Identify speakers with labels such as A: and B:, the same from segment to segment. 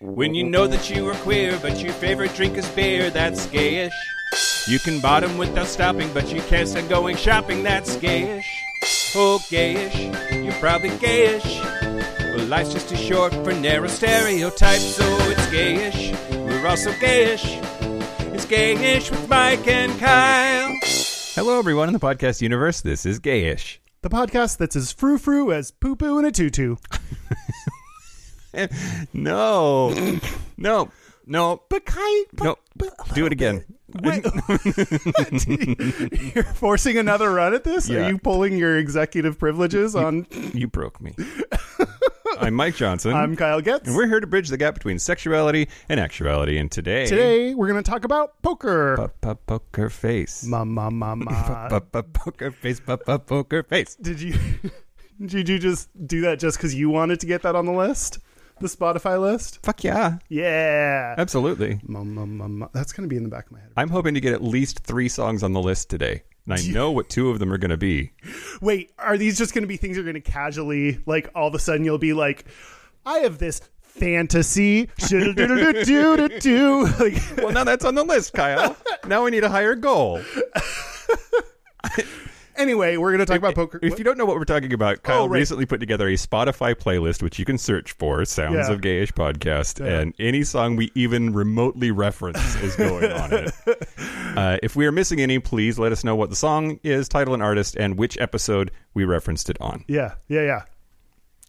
A: When you know that you are queer, but your favorite drink is beer, that's gayish. You can bottom without stopping, but you can't stand going shopping, that's gayish. Oh, gayish, you're probably gayish. Well, life's just too short for narrow stereotypes, so it's gayish. We're also gayish. It's gayish with Mike and Kyle. Hello, everyone in the podcast universe. This is gayish.
B: The podcast that's as frou frou as poo poo in a tutu.
A: no, no, no.
B: But kind. But,
A: No,
B: but a
A: do
B: little
A: it again.
B: bit. You're forcing another run at this?
A: Yeah.
B: Are you pulling your executive privileges on.
A: You broke me. I'm Mike Johnson.
B: I'm Kyle Getz.
A: and we're here to bridge the gap between sexuality and actuality. And today,
B: Today, we're going to talk about poker.
A: poker face,
B: Ma, ma, ma, ma.
A: poker face, poker face.
B: Did you. Did you just do that just because you wanted to get that on the list? The Spotify list?
A: Fuck yeah,
B: Yeah.
A: absolutely.
B: Ma, ma, ma, ma. That's going to be in the back of my head.
A: I'm hoping to get at least three songs on the list today, and I know what two of them are going to be.
B: Wait, are these just going to be things you're going to casually like? All of a sudden, you'll be like, "I have this fantasy." do-do-do-do-do-do-do. like,
A: Well, now that's on the list, Kyle. Now we need a higher goal.
B: anyway, we're going to talk about poker. Oh,
A: If you don't know what we're talking about, Kyle
B: right.
A: recently put together a Spotify playlist which you can search for Sounds
B: Yeah.
A: of Gayish podcast, and any song we even remotely reference is going on it. Uh, if we are missing any, please let us know what the song is, title, and artist, and which episode we referenced it on.
B: yeah, yeah, yeah.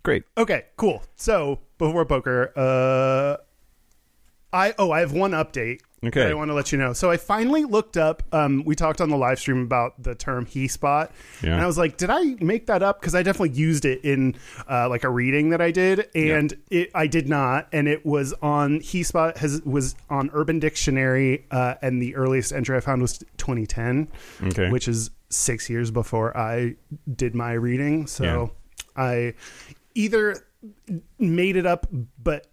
A: Great.
B: Okay, cool. So before poker, uh, I oh I have one update.
A: Okay.
B: that I want to let you know. So I finally looked up. Um, we talked on the live stream about the term he spot,
A: Yeah.
B: and I was like, did I make that up? Because I definitely used it in uh, like a reading that I did, and it I did not, and it was on he spot has was on Urban Dictionary, uh, and the earliest entry I found was 2010,
A: Okay.
B: which is six years before I did my reading. So.
A: Yeah.
B: I either made it up, but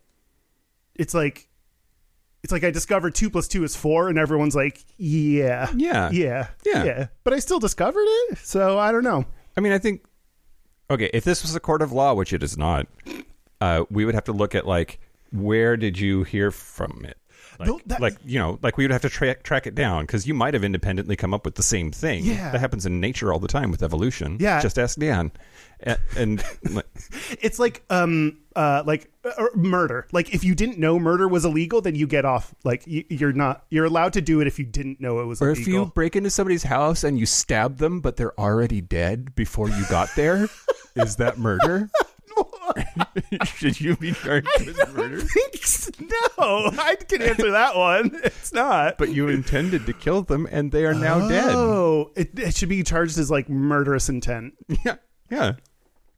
B: it's like it's like I discovered two plus two is four, and everyone's like, yeah,
A: Yeah.
B: yeah,
A: Yeah.
B: But I still discovered it, so I don't know.
A: I mean, I think, okay, if this was a court of law, which it is not, uh, we would have to look at, like, where did you hear from it? Like,
B: No, that-
A: like you know, like we would have to tra- track it down because you might have independently come up with the same thing.
B: Yeah.
A: that happens in nature all the time with evolution.
B: Yeah.
A: just ask Dan. And, and like,
B: It's like um uh like uh, or murder. Like if you didn't know murder was illegal, then you get off. Like you, you're not you're allowed to do it if you didn't know it was
A: or if you
B: illegal.
A: break into somebody's house and you stab them, but they're already dead before you got there, is that murder? Should you be charged with murder?
B: no, I can answer that one. It's not.
A: But you intended to kill them, and they are now
B: Oh, it, it should be charged as like murderous intent.
A: dead. Yeah, yeah.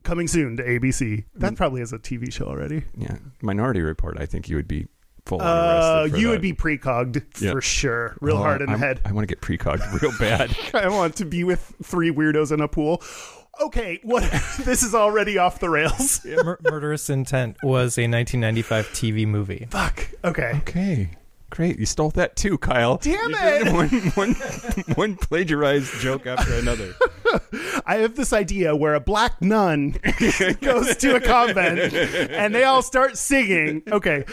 B: Coming soon to ABC.
A: Mm.
B: That probably is a TV show already.
A: Yeah, Minority Report. I think you would be full on
B: Uh,
A: arrested. for
B: you would
A: that.
B: be precogged
A: Yeah.
B: for sure, real
A: Oh,
B: hard in
A: I'm-
B: the head.
A: I want to get precogged real bad.
B: I want to be with three weirdos in a pool. Okay, what? this is already off the rails.
C: Mur- Murderous Intent was a 1995 TV movie.
B: Fuck. Okay.
A: okay, great. You stole that too, Kyle.
B: Damn
A: You did
B: it!
A: One, one, one plagiarized joke after another.
B: I have this idea where a black nun goes to a convent and they all start singing. Okay.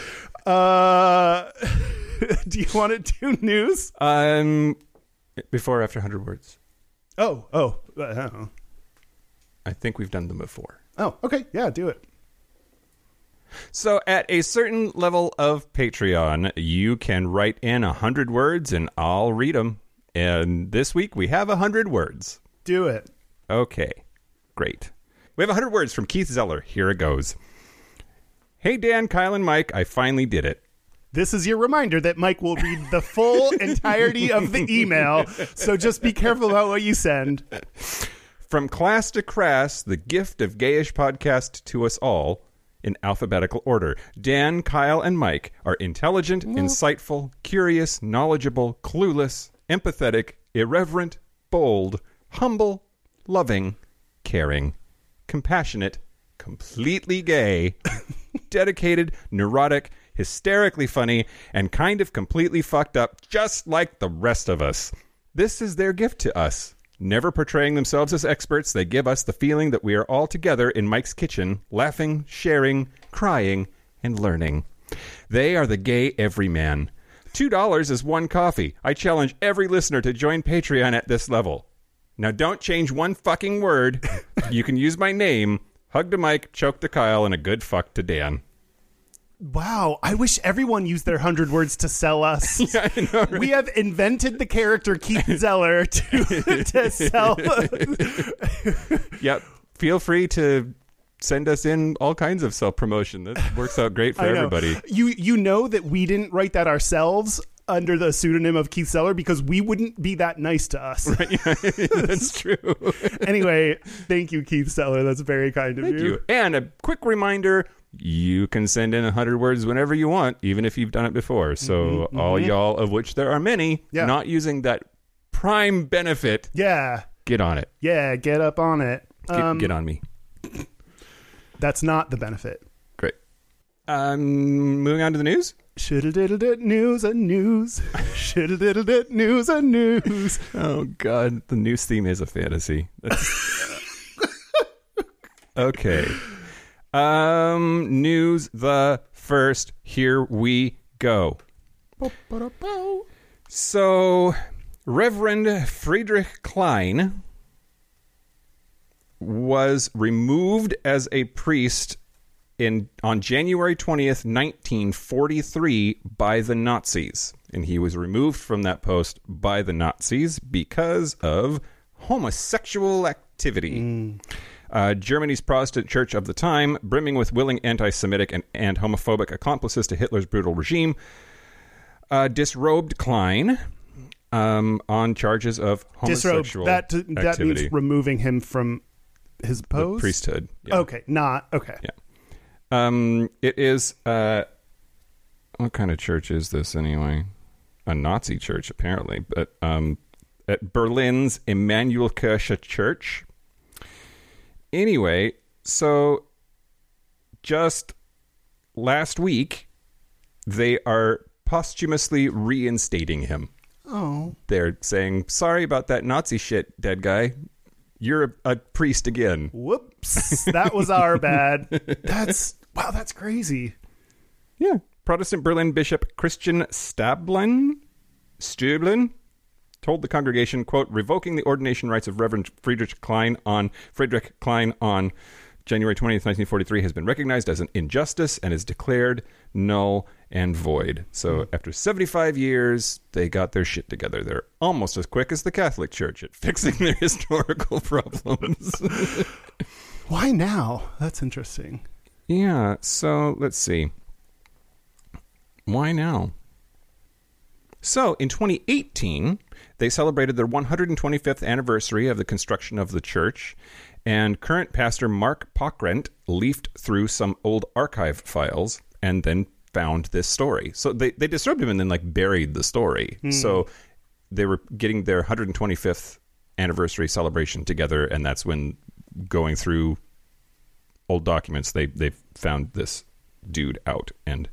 B: Uh, do you want to do news?
A: Um, before or after hundred words.
B: Oh, oh, uh, I don't know.
A: I think we've done them before.
B: oh. Okay, yeah, do it.
A: So, at a certain level of Patreon, you can write in a hundred words, and I'll read them. And this week we have a hundred words.
B: Do it.
A: Okay, great. We have 100 words from Keith Zeller. Here it goes. Hey, Dan, Kyle, and Mike, I finally did it.
B: This is your reminder that Mike will read the full entirety of the email, so just be careful about what you send.
A: From class to crass, the gift of gayish podcast to us all in alphabetical order. Dan, Kyle, and Mike are intelligent, insightful, curious, knowledgeable, clueless, empathetic, irreverent, bold, humble, loving, caring, compassionate, completely gay, dedicated, neurotic, hysterically funny, and kind of completely fucked up, just like the rest of us. This is their gift to us. Never portraying themselves as experts, they give us the feeling that we are all together in Mike's kitchen, laughing, sharing, crying, and learning. They are the gay everyman. $2 is one coffee. I challenge every listener to join Patreon at this level. Now don't change one fucking word. you can use my name. Hug to Mike, choke to Kyle, and a good fuck to Dan.
B: Wow, I wish everyone used their hundred words to sell us.
A: I know,
B: We have invented the character Keith Zeller to, to sell.
A: Yep. Feel free to send us in all kinds of self promotion. That works out great for
B: I know.
A: everybody.
B: You you know that we didn't write that ourselves under the pseudonym of Keith Zeller because we wouldn't be that nice to us.
A: That's true.
B: anyway, thank you, Keith Zeller. That's very kind of
A: Thank you. And a quick reminder you can send in 100 words whenever you want, even if you've done it before. So, all y'all, of which there are many,
B: Mm-hmm, Yeah.
A: not using that prime benefit,
B: Yeah,
A: get on it.
B: yeah. Get up on it.
A: Get,
B: Um,
A: get on me.
B: That's not the benefit.
A: Great. Um, moving on to the news.
B: Shiddle-diddle-dit, news and news. Shiddle-diddle-dit, news and news.
A: Oh, God. The news theme is a fantasy. okay. Um, news the first. Here we go. So, Reverend Friedrich Klein was removed as a priest in on January 20th, 1943 by the Nazis. And he was removed from that post by the Nazis because of homosexual activity.
B: Mm.
A: Uh, Germany's Protestant church of the time, brimming with willing anti Semitic and, and homophobic accomplices to Hitler's brutal regime, uh, disrobed Klein um, on charges of homosexual
B: Disrobe. That that
A: activity.
B: means removing him from his
A: the
B: post.
A: priesthood. Yeah.
B: Okay, not okay.
A: Yeah. Um, it is. Uh, what kind of church is this anyway? A Nazi church, apparently, but um, at Berlin's Emanuelkirche Church. Anyway, so just last week, they are posthumously reinstating him.
B: Oh,
A: They're saying, "Sorry about that Nazi shit, dead guy. You're a, a priest again."
B: whoops! That was our bad. That's wow. That's crazy.
A: Yeah. Protestant Berlin Bishop Christian Stablin, Stüblin told the congregation, quote, revoking the ordination rights of Reverend Friedrich Klein on Friedrich Klein on January 20th, 1943 has been recognized as an injustice and is declared null and void. So after 75 years, they got their shit together. They're almost as quick as the Catholic Church at fixing their historical problems.
B: Why now? That's interesting.
A: Yeah, so let's see. Why now? So, in 2018, they celebrated their 125th anniversary of the construction of the church, and current pastor Mark Pockrent leafed through some old archive files and then found this story. So, they, they disturbed him and then, like, buried the story. So, they were getting their 125th anniversary celebration together, and that's when going through old documents they they found this dude out and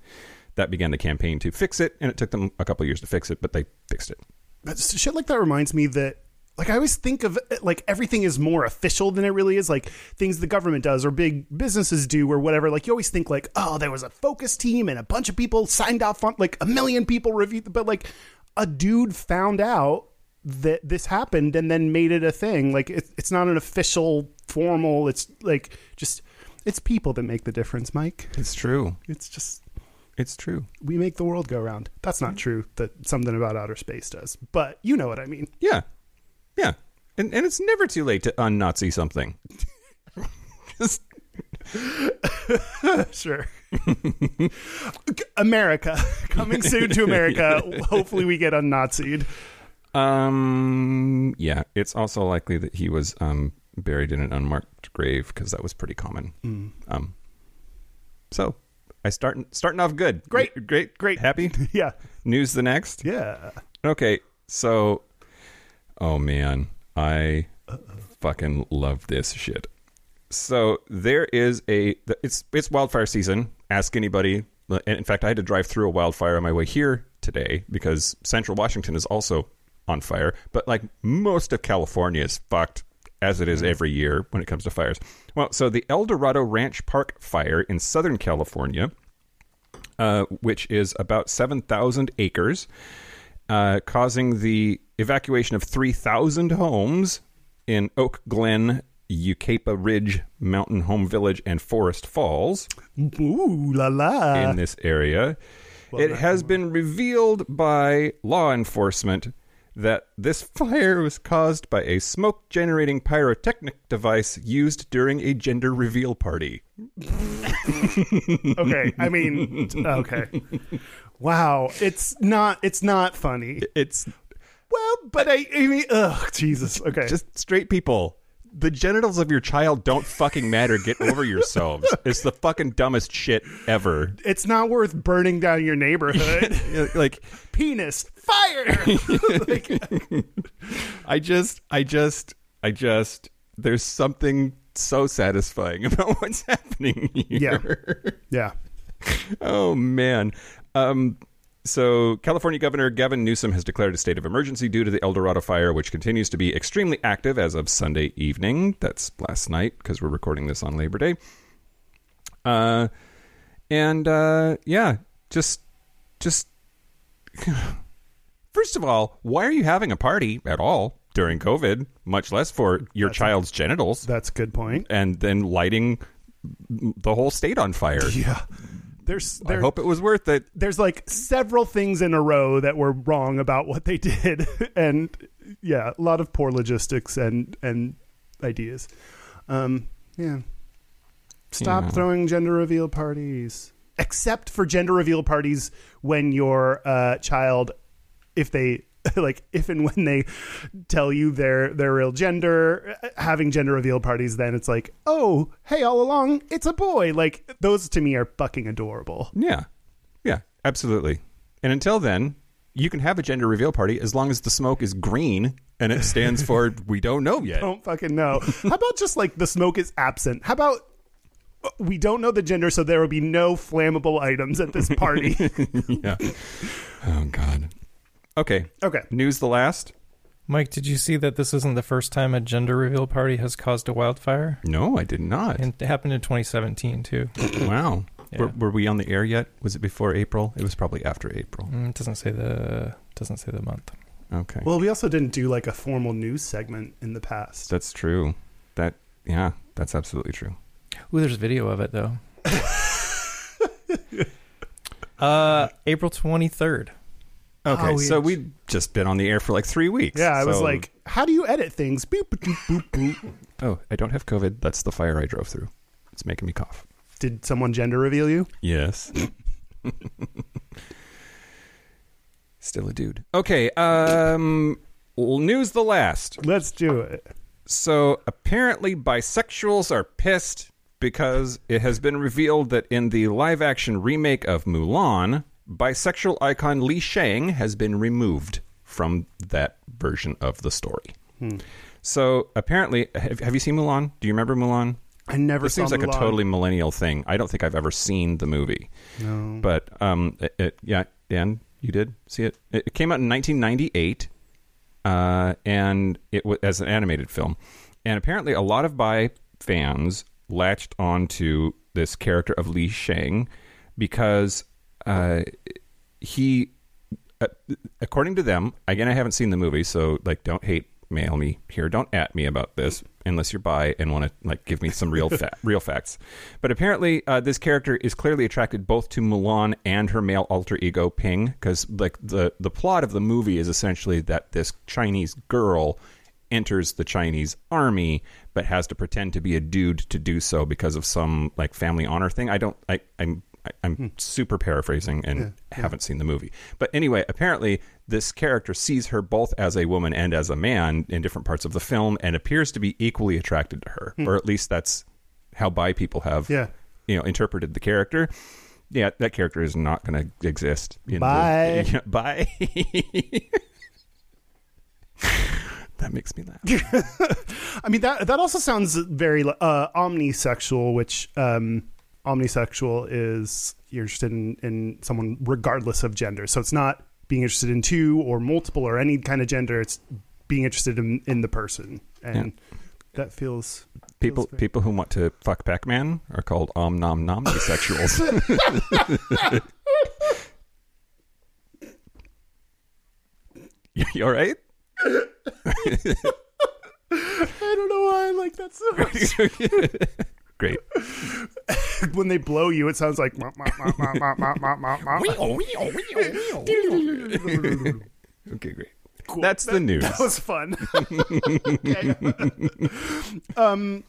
A: that began the campaign to fix it and it took them a couple years to fix it but they fixed it
B: That's, shit like that reminds me that like I always think of it- like everything is more official than it really is. Like things the government does or big businesses do or whatever. Like you always think like oh there was a focus team and a bunch of people signed off on like a million people reviewed, but like a dude found out that this happened and then made it a thing. Like it, it's not an official formal. It's like just it's people that make the difference, Mike.
A: it's true
B: It's just
A: it's true
B: we make the world go round. That's not true that something about outer space does, but you know what I mean.
A: yeah yeah and and it's never too late to un-nazi something Just-
B: Sure. America. Coming soon to America. Hopefully we get unnazied.
A: um yeah it's also likely that he was um buried in an unmarked grave because that was pretty common um so i start starting off good
B: Great.
A: great
B: Great.
A: happy
B: Yeah.
A: news the next
B: Yeah.
A: Okay, so oh man, I fucking love this shit. So there is a th- it's it's wildfire season. Ask anybody. And in fact, I had to drive through a wildfire on my way here today because Central Washington is also on fire. But like most of California is fucked as it is every year when it comes to fires. Well, so the El Dorado Ranch Park fire in Southern California uh, which is about 7,000 acres, uh, causing the evacuation of 3,000 homes in Oak Glen, Eucapa Ridge, Mountain Home Village, and Forest Falls
B: Ooh la la.
A: in this area. it has been revealed by law enforcement that this fire was caused by a smoke generating pyrotechnic device used during a gender reveal party.
B: okay, I mean, t- okay. Wow, it's not it's not funny.
A: It's
B: Well, but I, I mean, ugh, Jesus. Okay,
A: just straight people. The genitals of your child don't fucking matter. Get over yourselves. It's the fucking dumbest shit ever.
B: it's not worth burning down your neighborhood.
A: Like,
B: Penis, fire. like,
A: I just, I just, I just, there's something so satisfying about what's happening here.
B: yeah.
A: oh man. Um, so, California Governor Gavin Newsom has declared a state of emergency due to the El Dorado fire, which continues to be extremely active as of Sunday evening. That's last night because we're recording this on Labor Day. Uh, and uh, yeah, just, just. First of all, why are you having a party at all during COVID? Much less for your child's genitals,
B: That's a good point.
A: and then lighting the whole state on fire.
B: Yeah. There's
A: I
B: there,
A: hope it was worth it.
B: there's like several things in a row that were wrong about what they did and yeah, a lot of poor logistics and and ideas. Um yeah. Stop
A: Yeah.
B: throwing gender reveal parties. Except for gender reveal parties when your uh, child if they like if and when they tell you their their real gender uh, having gender reveal parties then it's like oh hey all along it's a boy like those to me are fucking adorable
A: Yeah. Yeah, absolutely. And until then, you can have a gender reveal party as long as the smoke is green and it stands for we don't know yet.
B: don't fucking know how about just like the smoke is absent how about uh, we don't know the gender so there will be no flammable items at this party
A: Yeah. Oh god. Okay.
B: okay
A: News the last?
C: Mike, did you see that this isn't the first time a gender reveal party has caused a wildfire?
A: No, I did not.
C: And it happened in 2017 too.
A: wow.
C: Yeah.
A: Were, were we on the air yet? Was it before April? It was probably after April.
C: Mm, it doesn't say the doesn't say the month.
A: Okay.
B: well we also didn't do like a formal news segment in the past
A: that's true. That yeah, that's absolutely true.
C: Ooh, there's video of it though. uh, April 23rd.
A: Okay,
B: Oh,
A: so
B: yeah.
A: we've just been on the air for like 3 weeks.
B: yeah i was
A: so-
B: like how do you edit things boop boop boop boop
A: "Oh, I don't have COVID. That's the fire I drove through. It's making me cough."
B: did someone gender reveal you
A: Yes. Still a dude. Okay, um news the last.
B: Let's do it.
A: So apparently bisexuals are pissed because it has been revealed that in the live action remake of Mulan, bisexual icon Li Shang has been removed from that version of the story.
B: Hmm.
A: So apparently have, have you seen Mulan? Do you remember Mulan?
B: I never
A: This seems
B: saw
A: like a
B: Mulan.
A: totally millennial thing. I don't think I've ever seen the movie.
B: Mm-hmm.
A: But um, it, it- yeah, Dan, you did see it. It, it came out in 1998, uh, and it was as an animated film. And apparently, a lot of bi fans latched onto this character of Li Shang because uh, he, uh, according to them, again, I haven't seen the movie, so like, don't hate mail me here. Don't at me about this unless you're bi and want to like give me some real fa- real facts. But apparently, uh, this character is clearly attracted both to Mulan and her male alter ego Ping, because like the the plot of the movie is essentially that this Chinese girl enters the Chinese army but has to pretend to be a dude to do so because of some like family honor thing. I don't I I'm I- I'm super paraphrasing and haven't seen the movie. But anyway, apparently this character sees her both as a woman and as a man in different parts of the film and appears to be equally attracted to her. Or at least that's how bi people have
B: Yeah.
A: you know interpreted the character. Yeah, that character is not going to exist. In
B: Bye.
A: The, bye. that makes me laugh.
B: I mean that that also sounds very uh, omnisexual, which um, omnisexual is you're interested in, in someone regardless of gender. So it's not being interested in two or multiple or any kind of gender. It's being interested in, in the person, and that feels
A: People
B: Feels fair.
A: people who want to fuck Pac Man are called om nom nom bisexuals. You all right?
B: I don't know why I like that so much.
A: Great.
B: when they blow you, it sounds like. "Mop, mop, mop, mop, mop, mop, mop, mop, mop."
A: Okay, great.
B: Cool.
A: That's the
B: That-
A: news.
B: That was fun. Okay. um,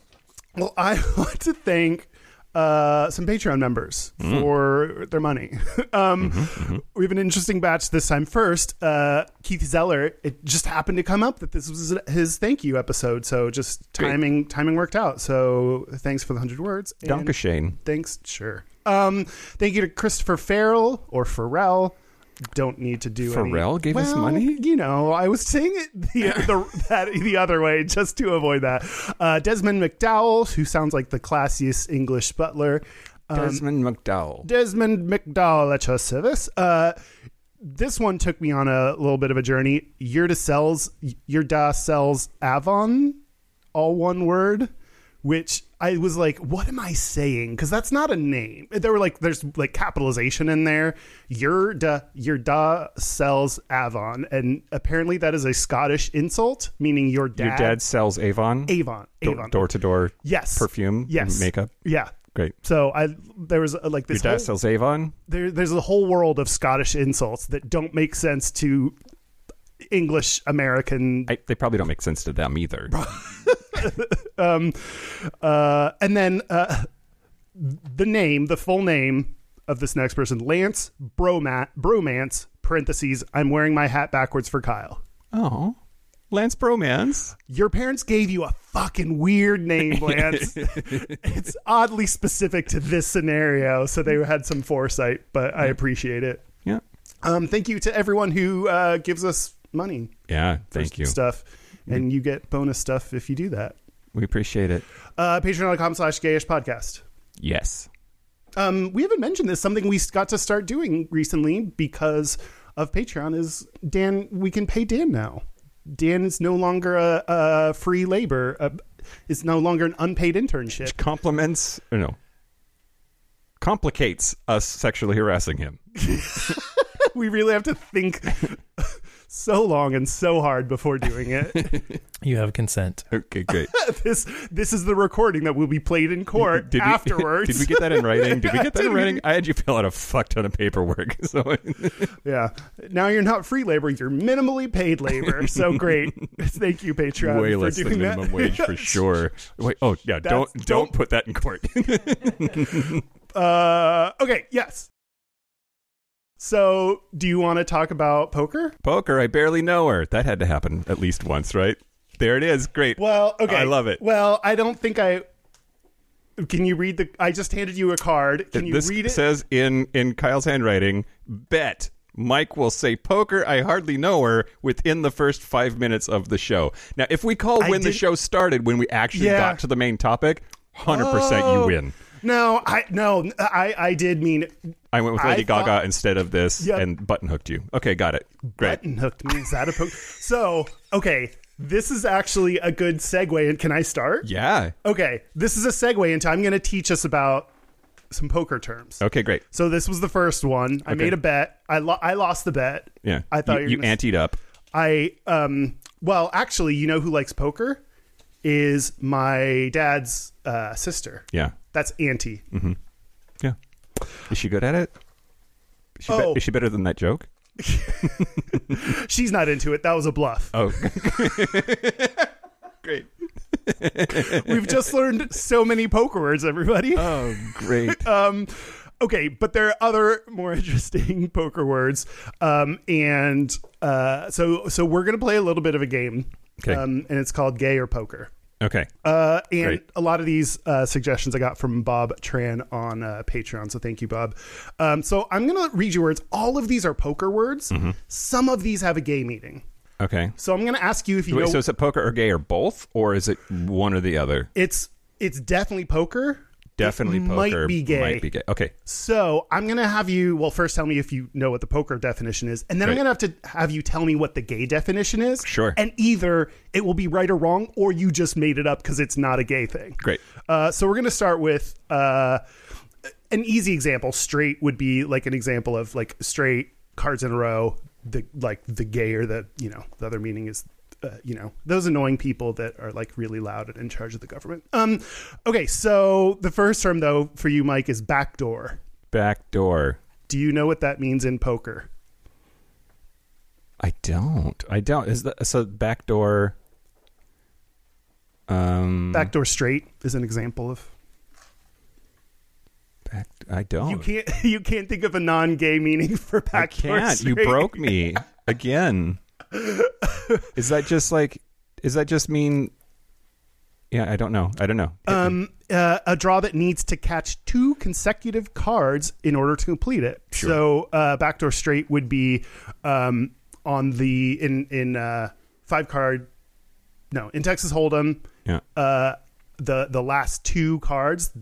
B: well, I want to thank uh, some Patreon members
A: Mm.
B: for their money. um,
A: Mm-hmm,
B: We have an interesting batch this time. First, uh, Keith Zeller. It just happened to come up that this was his thank you episode, so just
A: Great.
B: timing timing worked out. So thanks for the hundred words. and-
A: Donka Shane.
B: Thanks. Sure. Um, thank you to Christopher Farrell or Pharrell. Don't need to do any-
A: Pharrell gave us
B: Well,
A: money?
B: You know, I was saying it the the, that, the other way just to avoid that. Uh, Desmond McDowell, who sounds like the classiest English butler. Um,
A: Desmond McDowell.
B: Desmond McDowell at your service. Uh, this one took me on a little bit of a journey. Your to sells, your da sells Avon, all one word, which I was like, what am I saying? Because that's not a name. There were like, there's like capitalization in there. Your da, your da sells Avon, and apparently that is a Scottish insult, meaning your dad,
A: Your dad sells Avon.
B: Avon, Avon,
A: Door to door
B: yes,
A: perfume.
B: Yes.
A: and Makeup.
B: yeah.
A: Great.
B: So I there was uh, like
A: Your
B: this
A: dad
B: whole-
A: sells Avon.
B: there, there's a whole world of Scottish insults that don't make sense to English American.
A: I, they probably don't make sense to them either.
B: Um, uh, and then uh, the name, the full name of this next person, Lance Bromat, Bromance, parentheses, I'm wearing my hat backwards for Kyle.
A: Oh, Lance Bromance.
B: Your parents gave you a fucking weird name, Lance. it's oddly specific to this scenario, so they had some foresight, but I appreciate it.
A: Yeah.
B: Um, thank you to everyone who uh, gives us money.
A: Yeah.
B: for
A: Thank you.
B: Stuff, and you get bonus stuff if you do that.
A: We appreciate it.
B: Uh, Patreon.com slash gayish podcast.
A: Yes.
B: Um, we haven't mentioned this. Something we got to start doing recently because of Patreon is Dan. We can pay Dan now. Dan is no longer a, a free labor. A, is no longer an unpaid internship.
A: Compliments. Or no. Complicates us sexually harassing him.
B: We really have to think so long and so hard before doing it.
C: You have consent.
A: Okay, great.
B: this this is the recording that will be played in court
A: Did we-
B: afterwards.
A: did we get that in writing? Did we get that
B: Did
A: in
B: we-
A: writing? I had you fill out a fuck ton of paperwork. So
B: Yeah. Now you're not free labor, you're minimally paid labor. So great. Thank you, Patreon.
A: way
B: for
A: less
B: doing
A: than
B: that.
A: minimum wage for sure. Wait, oh yeah, don't
B: That's-
A: don't put that in court.
B: Uh, okay, yes. So do you want to talk about poker?
A: Poker, I barely know her. That had to happen at least once, right? There it is. Great.
B: Well, okay.
A: I love it.
B: Well, I don't think I can you read the I just handed you a card. Can you
A: this
B: read it?
A: says in in Kyle's handwriting, bet Mike will say poker. I hardly know her within the first five minutes of the show. Now, if we call when the
B: didn't-
A: show started, when we actually
B: Yeah.
A: got to the main topic, hundred percent you
B: Oh.
A: win.
B: no, I no, I I did mean
A: I went with
B: I
A: Lady
B: thought-
A: Gaga instead of this,
B: Yep.
A: and button hooked you. Okay, got it. Great.
B: button hooked me. Is that a poker? so, okay. This is actually a good segue and can I start?
A: Yeah.
B: Okay, this is a segue into I'm going to teach us about some poker terms.
A: Okay, great.
B: So this was the first one. I made a bet. I lo- I lost the bet.
A: Yeah.
B: I thought you,
A: you,
B: were
A: you
B: gonna-
A: anteed up.
B: I um well, actually, you know who likes poker is my dad's uh, sister.
A: Yeah.
B: That's auntie.
A: Mm. Yeah. Is she good at it? Is she,
B: Oh.
A: is she better than that joke?
B: She's not into it. That was a bluff.
A: Oh, great.
B: We've just learned so many poker words, everybody.
A: Oh, great.
B: Um, okay, but there are other more interesting poker words, um, and uh, so so we're gonna play a little bit of a game,
A: Okay.
B: um, and it's called Gay or Poker.
A: okay.
B: Uh, and
A: Great.
B: a lot of these uh, suggestions I got from Bob Tran on uh, Patreon, so thank you, Bob. Um, so I'm gonna read you words. All of these are poker words.
A: Mm-hmm.
B: Some of these have a gay meaning.
A: Okay.
B: So I'm gonna ask you if you
A: Wait,
B: know
A: so is it poker or gay or both, or is it one or the other?
B: it's it's definitely poker.
A: Definitely
B: it
A: poker.
B: Might be gay.
A: Might be gay. Okay.
B: So I'm gonna have you well first tell me if you know what the poker definition is, and then I'm
A: Right.
B: gonna have to have you tell me what the gay definition is.
A: Sure.
B: And either it will be right or wrong, or you just made it up because it's not a gay thing.
A: Great.
B: Uh, so we're gonna start with uh, an easy example. Straight would be like an example of like straight cards in a row. the like the gay or the you know the other meaning is uh, you know those annoying people that are like really loud and in charge of the government. Um, okay, so the first term though for you, Mike, is backdoor.
A: Back door.
B: Do you know what that means in poker?
A: I don't. I don't. Is that so? Back door. Um.
B: Backdoor straight is an example of.
A: Back. I don't.
B: You can't you can't think of a non-gay meaning for
A: Oh, I
B: backdoor
A: can't.
B: straight.
A: You broke me again. is that just like? Is that just mean? Yeah, I don't know. I don't know. Hit me.
B: um, uh, a draw that needs to catch two consecutive cards in order to complete it. So uh, backdoor straight would be um, on the in in uh, five card. No, in Texas Hold'em,
A: yeah.
B: uh, the the last two cards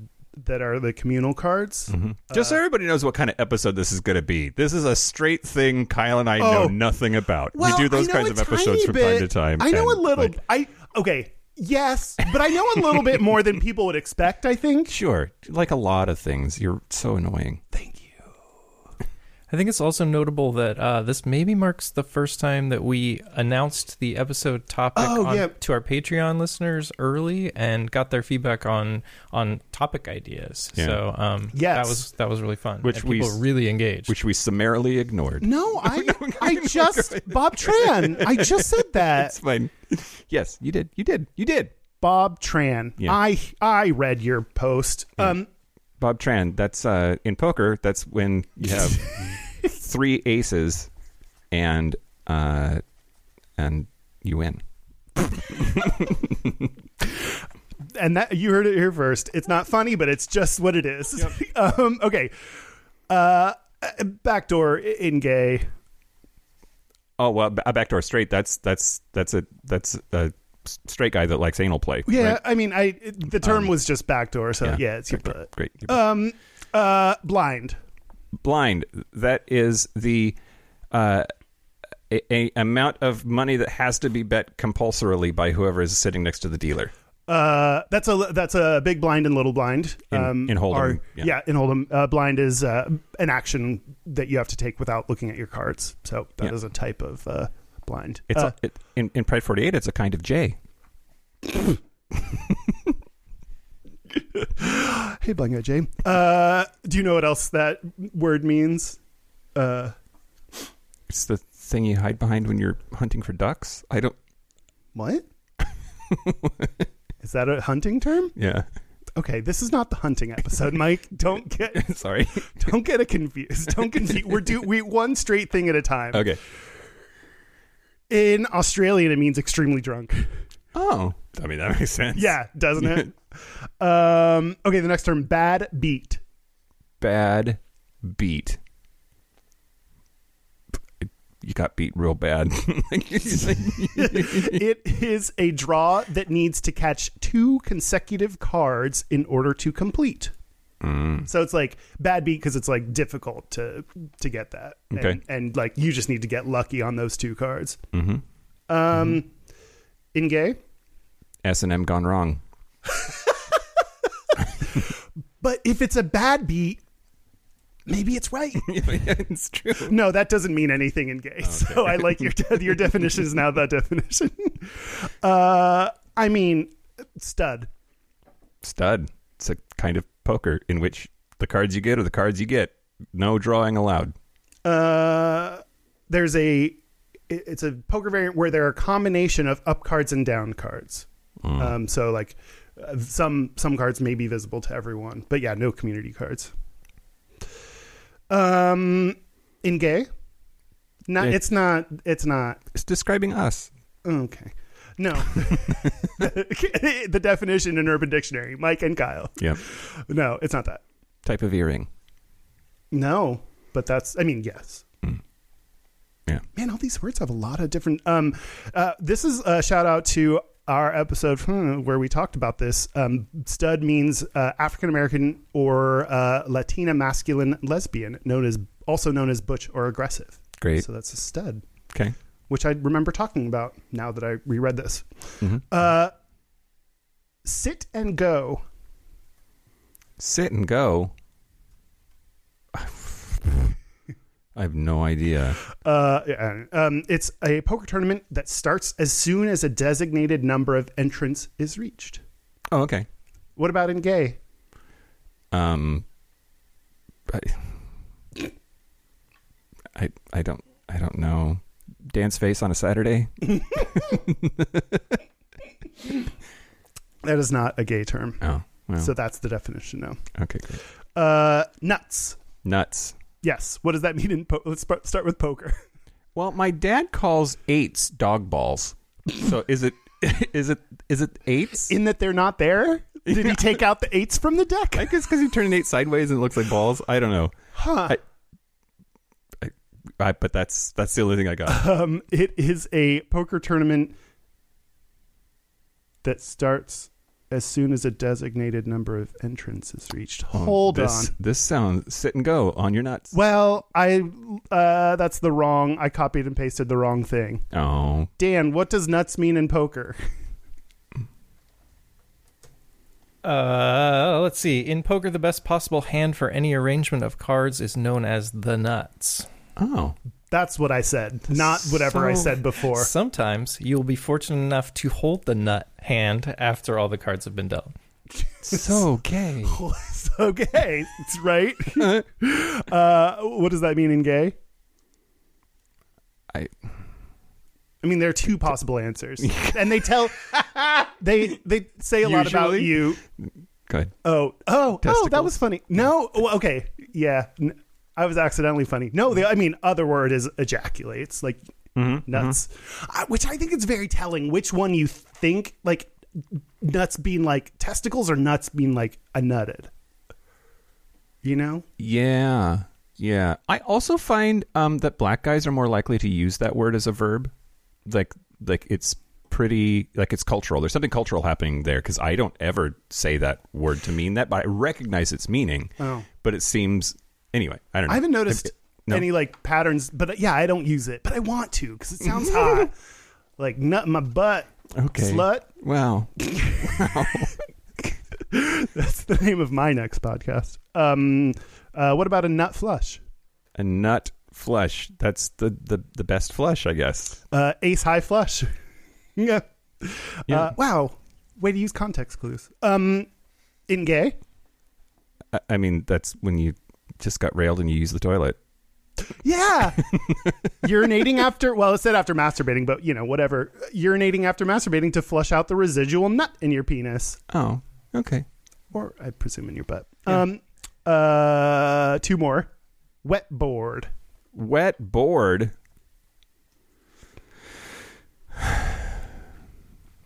B: that are the communal cards.
A: Mm-hmm. Just so
B: Uh,
A: everybody knows what kind of episode this is going to be. This is a straight thing Kyle and I know
B: Oh.
A: nothing about.
B: Well,
A: we do those
B: I know
A: kinds
B: a
A: of episodes
B: tiny
A: from
B: bit-
A: time to time.
B: I know a
A: and,
B: little.
A: like,
B: I okay. Yes, but I know a little bit more than people would expect. I think.
A: sure. Like a lot of things. You're so annoying.
B: Thank you.
C: I think it's also notable that uh, this maybe marks the first time that we announced the episode topic
B: Oh,
C: on-
B: yeah.
C: to our Patreon listeners early and got their feedback on on topic ideas.
A: Yeah.
C: So um,
B: Yes.
C: that was that was really fun.
A: Which
C: and
A: we
C: people
A: s-
C: really engaged.
A: Which we summarily ignored.
B: No, I I just Bob Tran. I just said
A: It's
B: that
A: fine. yes, you did. You did. You did.
B: Bob Tran.
A: Yeah.
B: I I read your post. Um,
A: Bob Tran, that's uh, in poker, that's when you have three aces and uh, and you win.
B: and that you heard it here first. It's not funny, but it's just what it is. um, okay. Uh, backdoor i- in gay.
A: Oh well, a backdoor straight. That's that's that's a that's a s- straight guy that likes anal play.
B: Yeah,
A: right?
B: I mean, I it- the term was just backdoor, so Um, yeah, it's your
A: Backdoor.
B: butt.
A: Great. Your butt.
B: Um, uh, blind.
A: Blind. That is the uh, a, a amount of money that has to be bet compulsorily by whoever is sitting next to the dealer.
B: Uh, that's a that's a big blind and little blind. Um,
A: In- in Hold'em,
B: are-
A: yeah.
B: yeah. in Hold'em, uh, blind is uh, an action that you have to take without looking at your cards. So that is
A: Yeah.
B: a type of uh, blind.
A: It's
B: Uh,
A: a, it, in in Pride Forty Eight. It's a kind of J.
B: hey, blind guy Jay. Uh, do you know what else that word means? Uh,
A: It's the thing you hide behind when you're hunting for ducks. I don't.
B: what? is that a hunting term?
A: Yeah.
B: Okay, this is not the hunting episode, Mike. Don't get
A: Sorry.
B: don't get it confused. Don't confuse. We're do we one straight thing at a time.
A: Okay.
B: In Australian, it means extremely drunk.
A: Oh, I mean that makes sense.
B: Yeah, doesn't it? um, okay, the next term, bad beat.
A: Bad beat. You got beat real bad.
B: it is a draw that needs to catch two consecutive cards in order to complete.
A: Mm,
B: So it's like bad beat because it's like difficult to to get that,
A: Okay.
B: and, and like you just need to get lucky on those two cards.
A: mm-hmm.
B: Um, In gay,
A: S and M gone wrong.
B: but if it's a bad beat, maybe it's right.
A: it's true.
B: No, that doesn't mean anything in gay. So I like your your definition is now that definition. Uh, I mean, stud.
A: Stud. It's a kind of poker in which the cards you get are the cards you get. No drawing allowed.
B: Uh, there's a it- it's a poker variant where there are a combination of up cards and down cards.
A: Mm. Hmm.
B: Um, so like uh, some some cards may be visible to everyone, but yeah, no community cards. Um, in gay, not
A: Yeah.
B: it's not it's not
A: It's describing us.
B: Okay. No. the definition in Urban Dictionary, Mike and Kyle.
A: Yeah.
B: No, it's not that.
A: Type of earring.
B: No, but that's, I mean, yes.
A: Mm. Yeah.
B: Man, all these words have a lot of different. Um, uh, this is a shout out to our episode hmm, where we talked about this. Um, stud means uh, African American or uh, Latina masculine lesbian, known as also known as butch or aggressive.
A: Great.
B: So that's a stud,
A: Okay.
B: which I remember talking about now that I reread this.
A: Mhm.
B: Uh, sit and go.
A: Sit and go. I have no idea.
B: Uh, yeah, um, it's a poker tournament that starts as soon as a designated number of entrants is reached.
A: Oh, okay.
B: What about in gay?
A: Um, I, I, I don't, I don't know. Dance face on a Saturday.
B: That is not a gay term.
A: Oh, well,
B: So that's the definition now.
A: okay. Great.
B: Uh, nuts.
A: Nuts.
B: Yes. What does that mean in po- Let's sp- start with poker.
A: Well, my dad calls eights dog balls. So is it, is it, is it eights?
B: In that they're not there? Did he take out the eights from the deck?
A: I guess because you turn an eight sideways and it looks like balls. I don't know.
B: Huh.
A: I, I, but that's that's the only thing I got.
B: Um, it is a poker tournament that starts as soon as a designated number of entrants is reached. Hold
A: Um, Oh, this,
B: on.
A: This sounds sit and go on your nuts.
B: Well, I uh, that's the wrong. I copied and pasted the wrong thing.
A: Oh,
B: Dan, what does nuts mean in poker?
C: Uh, let's see. In poker, the best possible hand for any arrangement of cards is known as the nuts.
A: oh,
B: That's what I said, not whatever I
C: So-
B: said before.
C: Sometimes you'll be fortunate enough to hold the nut hand after all the cards have been dealt.
A: so gay.
B: It's okay, it's right. uh, what does that mean in gay?
A: I-
B: I mean, there are two possible answers, and they tell they they say a lot about
A: Usually.
B: you.
A: Good.
B: Oh, oh, oh, that
A: Testicles.
B: was funny. No, oh, okay, yeah, N- I was accidentally funny. No, the, I mean, other word is ejaculates, like
A: Mm-hmm,
B: nuts, I, which I think it's very telling. Which one you think, like nuts being like testicles, or nuts being like a nutted? You know,
A: Yeah, yeah. I also find um, that black guys are more likely to use that word as a verb. Like, like it's pretty like it's cultural. There's something cultural happening there because I don't ever say that word to mean that, but I recognize its meaning.
B: Oh.
A: But it seems anyway. I don't. know.
B: I haven't noticed
A: No.
B: any like patterns, but uh, yeah, I don't use it, but I want to because it sounds hot, like nut in my butt,
A: Okay.
B: slut.
A: Wow.
B: That's the name of my next podcast. Um, uh, what about a nut flush?
A: a nut flush. That's the, the, the best flush, I guess.
B: Uh, ace high flush. yeah.
A: Yeah.
B: Uh, wow. Way to use context clues. Um, in gay.
A: I, I mean, that's when you just got railed and you use the toilet.
B: Yeah. Urinating after. Well, it said after masturbating, but you know whatever. Urinating after masturbating to flush out the residual nut in your penis,
A: Oh, okay.
B: or I presume in your butt. Um, uh, two more. Wet board.
A: Wet board.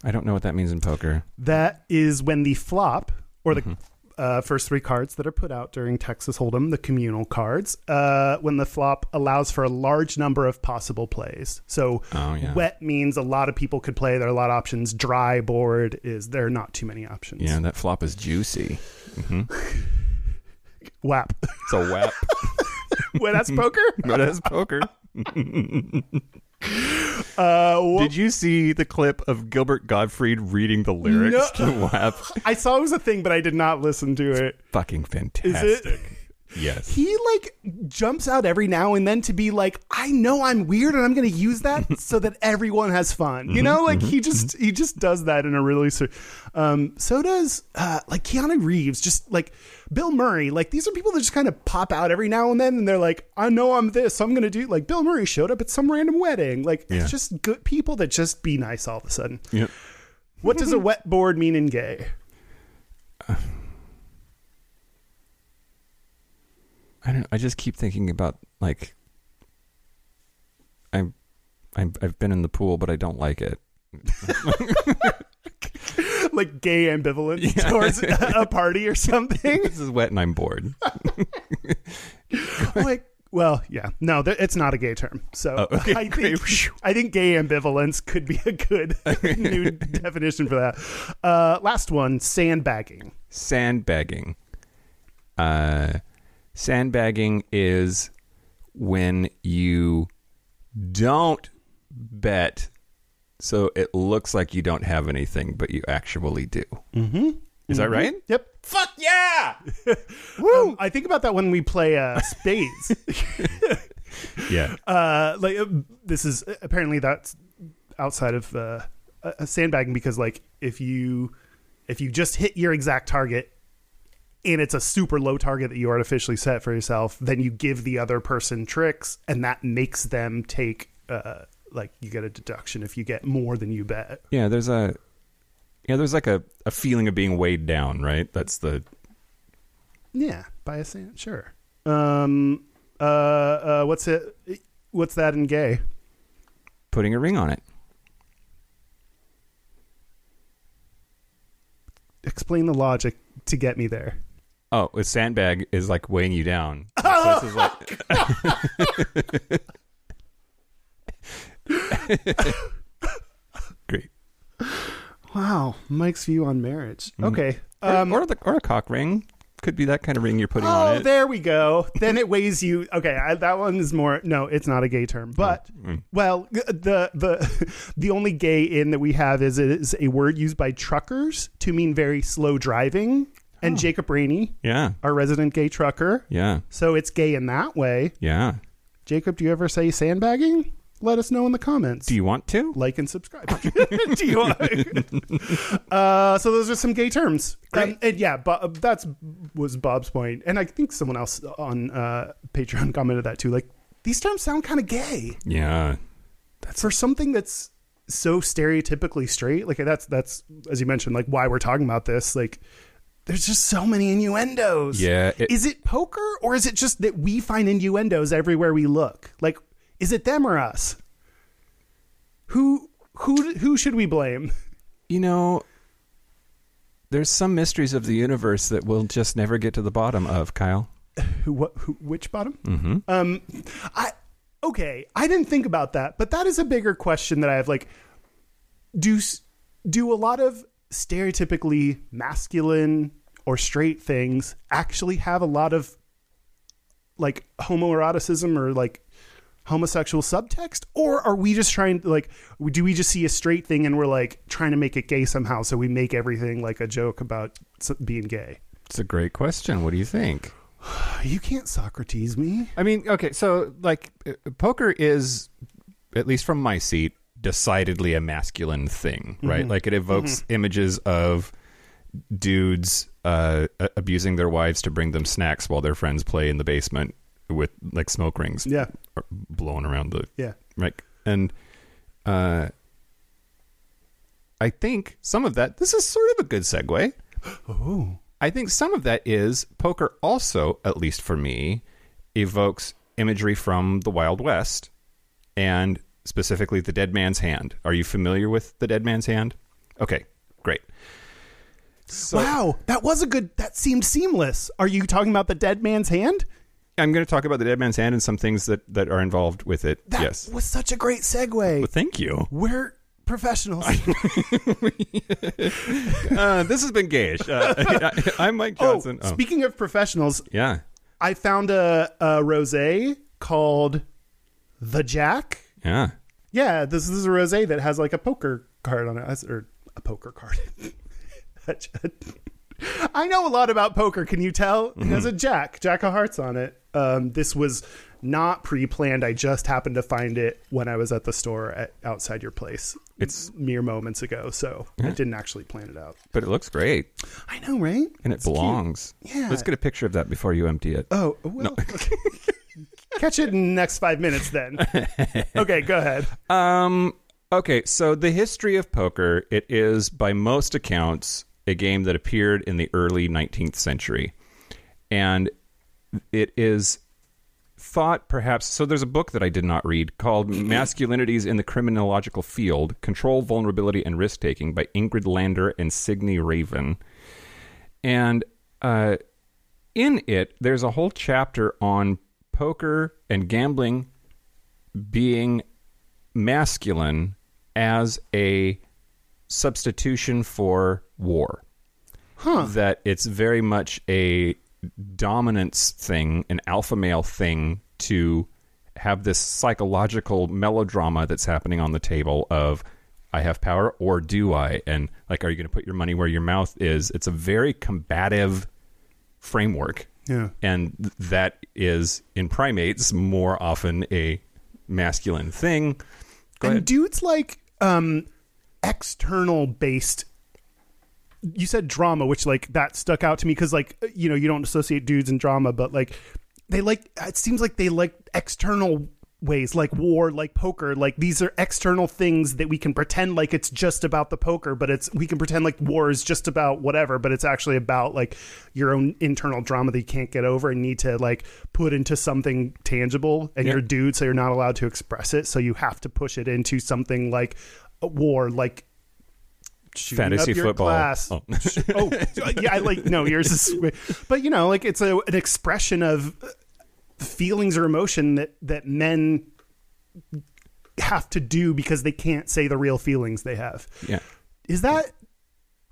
A: I don't know what that means in poker.
B: That is when the flop or
A: Mm-hmm.
B: the uh, first three cards that are put out during Texas Hold'em, the communal cards, uh, when the flop allows for a large number of possible plays. So
A: Oh, yeah.
B: wet means a lot of people could play. There are a lot of options. Dry board is there are not too many options.
A: Yeah, that flop is juicy.
B: Wap.
A: It's a wet.
B: Wet ass poker.
A: but that's poker.
B: Uh, wha-
A: Did you see the clip of Gilbert Gottfried reading the lyrics to WAP?
B: I saw it was a thing, but I did not listen to it.
A: Fucking
B: Is
A: fantastic.
B: it?
A: Yes.
B: He like jumps out every now and then to be like, I know I'm weird and I'm going to use that so that everyone has fun. You know, like he just he just does that in a really ser- um so does uh like Keanu Reeves, just like Bill Murray. Like these are people that just kind of pop out every now and then and they're like, I know I'm this, so I'm going to do like Bill Murray showed up at some random wedding. Like
A: Yeah.
B: it's just good people that just be nice all of a sudden.
A: Yep.
B: What does a wet board mean in gay?
A: I don't. I just keep thinking about like. I'm, I'm. I've been in the pool, but I don't like it.
B: Like gay ambivalence towards a a party or something.
A: This is wet, and I'm bored.
B: like well yeah no th- it's not a gay term so
A: Oh, okay,
B: I, think,
A: great.
B: I think gay ambivalence could be a good new definition for that uh, last one sandbagging
A: sandbagging. Uh, sandbagging is when you don't bet, so it looks like you don't have anything, but you actually do. Mm-hmm. Is that right?
B: yep Um,
A: Fuck yeah!
B: Woo! i think about that when we play uh, spades
A: Yeah.
B: uh, like uh, this is apparently that's outside of uh, uh, sandbagging because like if you if you just hit your exact target and it's a super low target that you artificially set for yourself, then you give the other person tricks and that makes them take uh, like you get a deduction if you get more than you bet.
A: Yeah, there's a yeah, there's like a, a feeling of being weighed down, right? That's the
B: Yeah, by a sand, sure. Um, uh, uh, what's it? What's that in gay?
A: putting a ring on it.
B: Explain the logic to get me there.
A: Oh, a sandbag is like weighing you down. So this is like Oh, Great.
B: Wow, Mike's view on marriage. Okay.
A: Mm. Or,
B: Um,
A: or the or a cock ring could be that kind of ring you're putting on
B: oh,
A: it.
B: there we go. Then it weighs you. Okay, I, that one is more. No, it's not a gay
A: Oh.
B: term, but
A: Mm.
B: well, g- the the the only gay in that we have is it is a word used by truckers to mean very slow driving.
A: Oh.
B: And Jacob Rainey,
A: yeah.
B: our resident gay trucker,
A: Yeah.
B: so it's gay in that way.
A: Yeah.
B: Jacob, do you ever say sandbagging? Let us know in the comments.
A: Do you want to?
B: like and subscribe? do you want? uh, so those are some gay terms. Um, and yeah, Bo- that's was Bob's point, and I think someone else on uh, Patreon commented that too. Like these terms sound kind of gay
A: Yeah.
B: for something that's so stereotypically straight. Like that's that's as you mentioned, like why we're talking about this. Like there's just so many innuendos.
A: Yeah, it-
B: Is it poker or is it just that we find innuendos everywhere we look? Like is it them or us? Who who who should we blame?
A: You know, there's some mysteries of the universe that we'll just never get to the bottom of, Kyle.
B: Who what who, which bottom? Mm-hmm. Um I okay, I didn't think about that, but that is a bigger question that I have like do s- do a lot of stereotypically masculine or straight things actually have a lot of like homoeroticism or like homosexual subtext or are we just trying to like do we just see a straight thing and we're like trying to make it gay somehow so we make everything like a joke about s- being gay
A: It's a great question. What do you think?
B: you can't socrates me
A: I mean, okay, so like uh, poker is, at least from my seat, decidedly a masculine thing, right? Like it evokes images of dudes uh, a- abusing their wives to bring them snacks while their friends play in the basement with like smoke rings
B: yeah
A: or blowing around the
B: yeah
A: Like, and uh, I think some of that, this is sort of a good segue.
B: oh
A: I think some of that is poker also, at least for me, evokes imagery from the Wild West and specifically the Dead Man's Hand. Are you familiar with the Dead Man's Hand? Okay, great. So
B: wow that was a good that seemed seamless are you talking about the dead man's hand
A: I'm going to talk about the Dead Man's Hand and some things that, that are involved with it.
B: that
A: yes.
B: was such a great segue
A: Well, thank you.
B: we're professionals
A: Uh, this has been Gage. Uh, I, am Mike Johnson.
B: Oh,
A: Oh,
B: speaking of professionals,
A: yeah.
B: I found a, a rosé called the Jack.
A: Yeah.
B: Yeah, this, this is a rosé that has like a poker card on it, That's- or a poker card. I know a lot about poker. Can you tell? It has
A: Mm-hmm.
B: a Jack, Jack of Hearts on it. Um, this was not pre-planned. I just happened to find it when I was at the store at, outside your place.
A: It's-
B: mere moments ago, so I didn't actually plan it out.
A: But it looks great.
B: I know, right?
A: And it belongs.
B: Yeah.
A: Let's get a picture of that before you empty it.
B: Oh, well. okay. Catch it in the next five minutes then. okay, go ahead.
A: Um okay, so the history of poker, it is by most accounts a game that appeared in the early 19th century. And it is thought perhaps so there's a book that I did not read called Masculinities in the Criminological Field: Control, Vulnerability and Risk Taking by Ingrid Lander and Signe Raven. And uh, in it, there's a whole chapter on poker and gambling being masculine as a substitution for war. That it's very much a dominance thing, an alpha male thing to have this psychological melodrama that's happening on the table of I have power or do I? And like, are you going to put your money where your mouth is? It's a very combative framework
B: Yeah.
A: and th- that is in primates more often a masculine thing. Go
B: and
A: ahead.
B: dudes like um external based you said drama which like that stuck out to me because like uh, you know you don't associate dudes in drama but like they like it seems like they like external ways like war like poker like these are external things that we can pretend like it's just about the poker but it's we can pretend like war is just about whatever but it's actually about like your own internal drama that you can't get over and need to like put into something tangible and
A: Yeah.
B: you're dude, so you're not allowed to express it. So you have to push it into something like a war, like shooting
A: Fantasy
B: up your
A: football.
B: Class.
A: Oh.
B: Oh. yeah, I like no. Yours is, but you know, like it's a, an expression of uh, feelings or emotion that that men have to do because they can't say the real feelings they have.
A: yeah,
B: Is that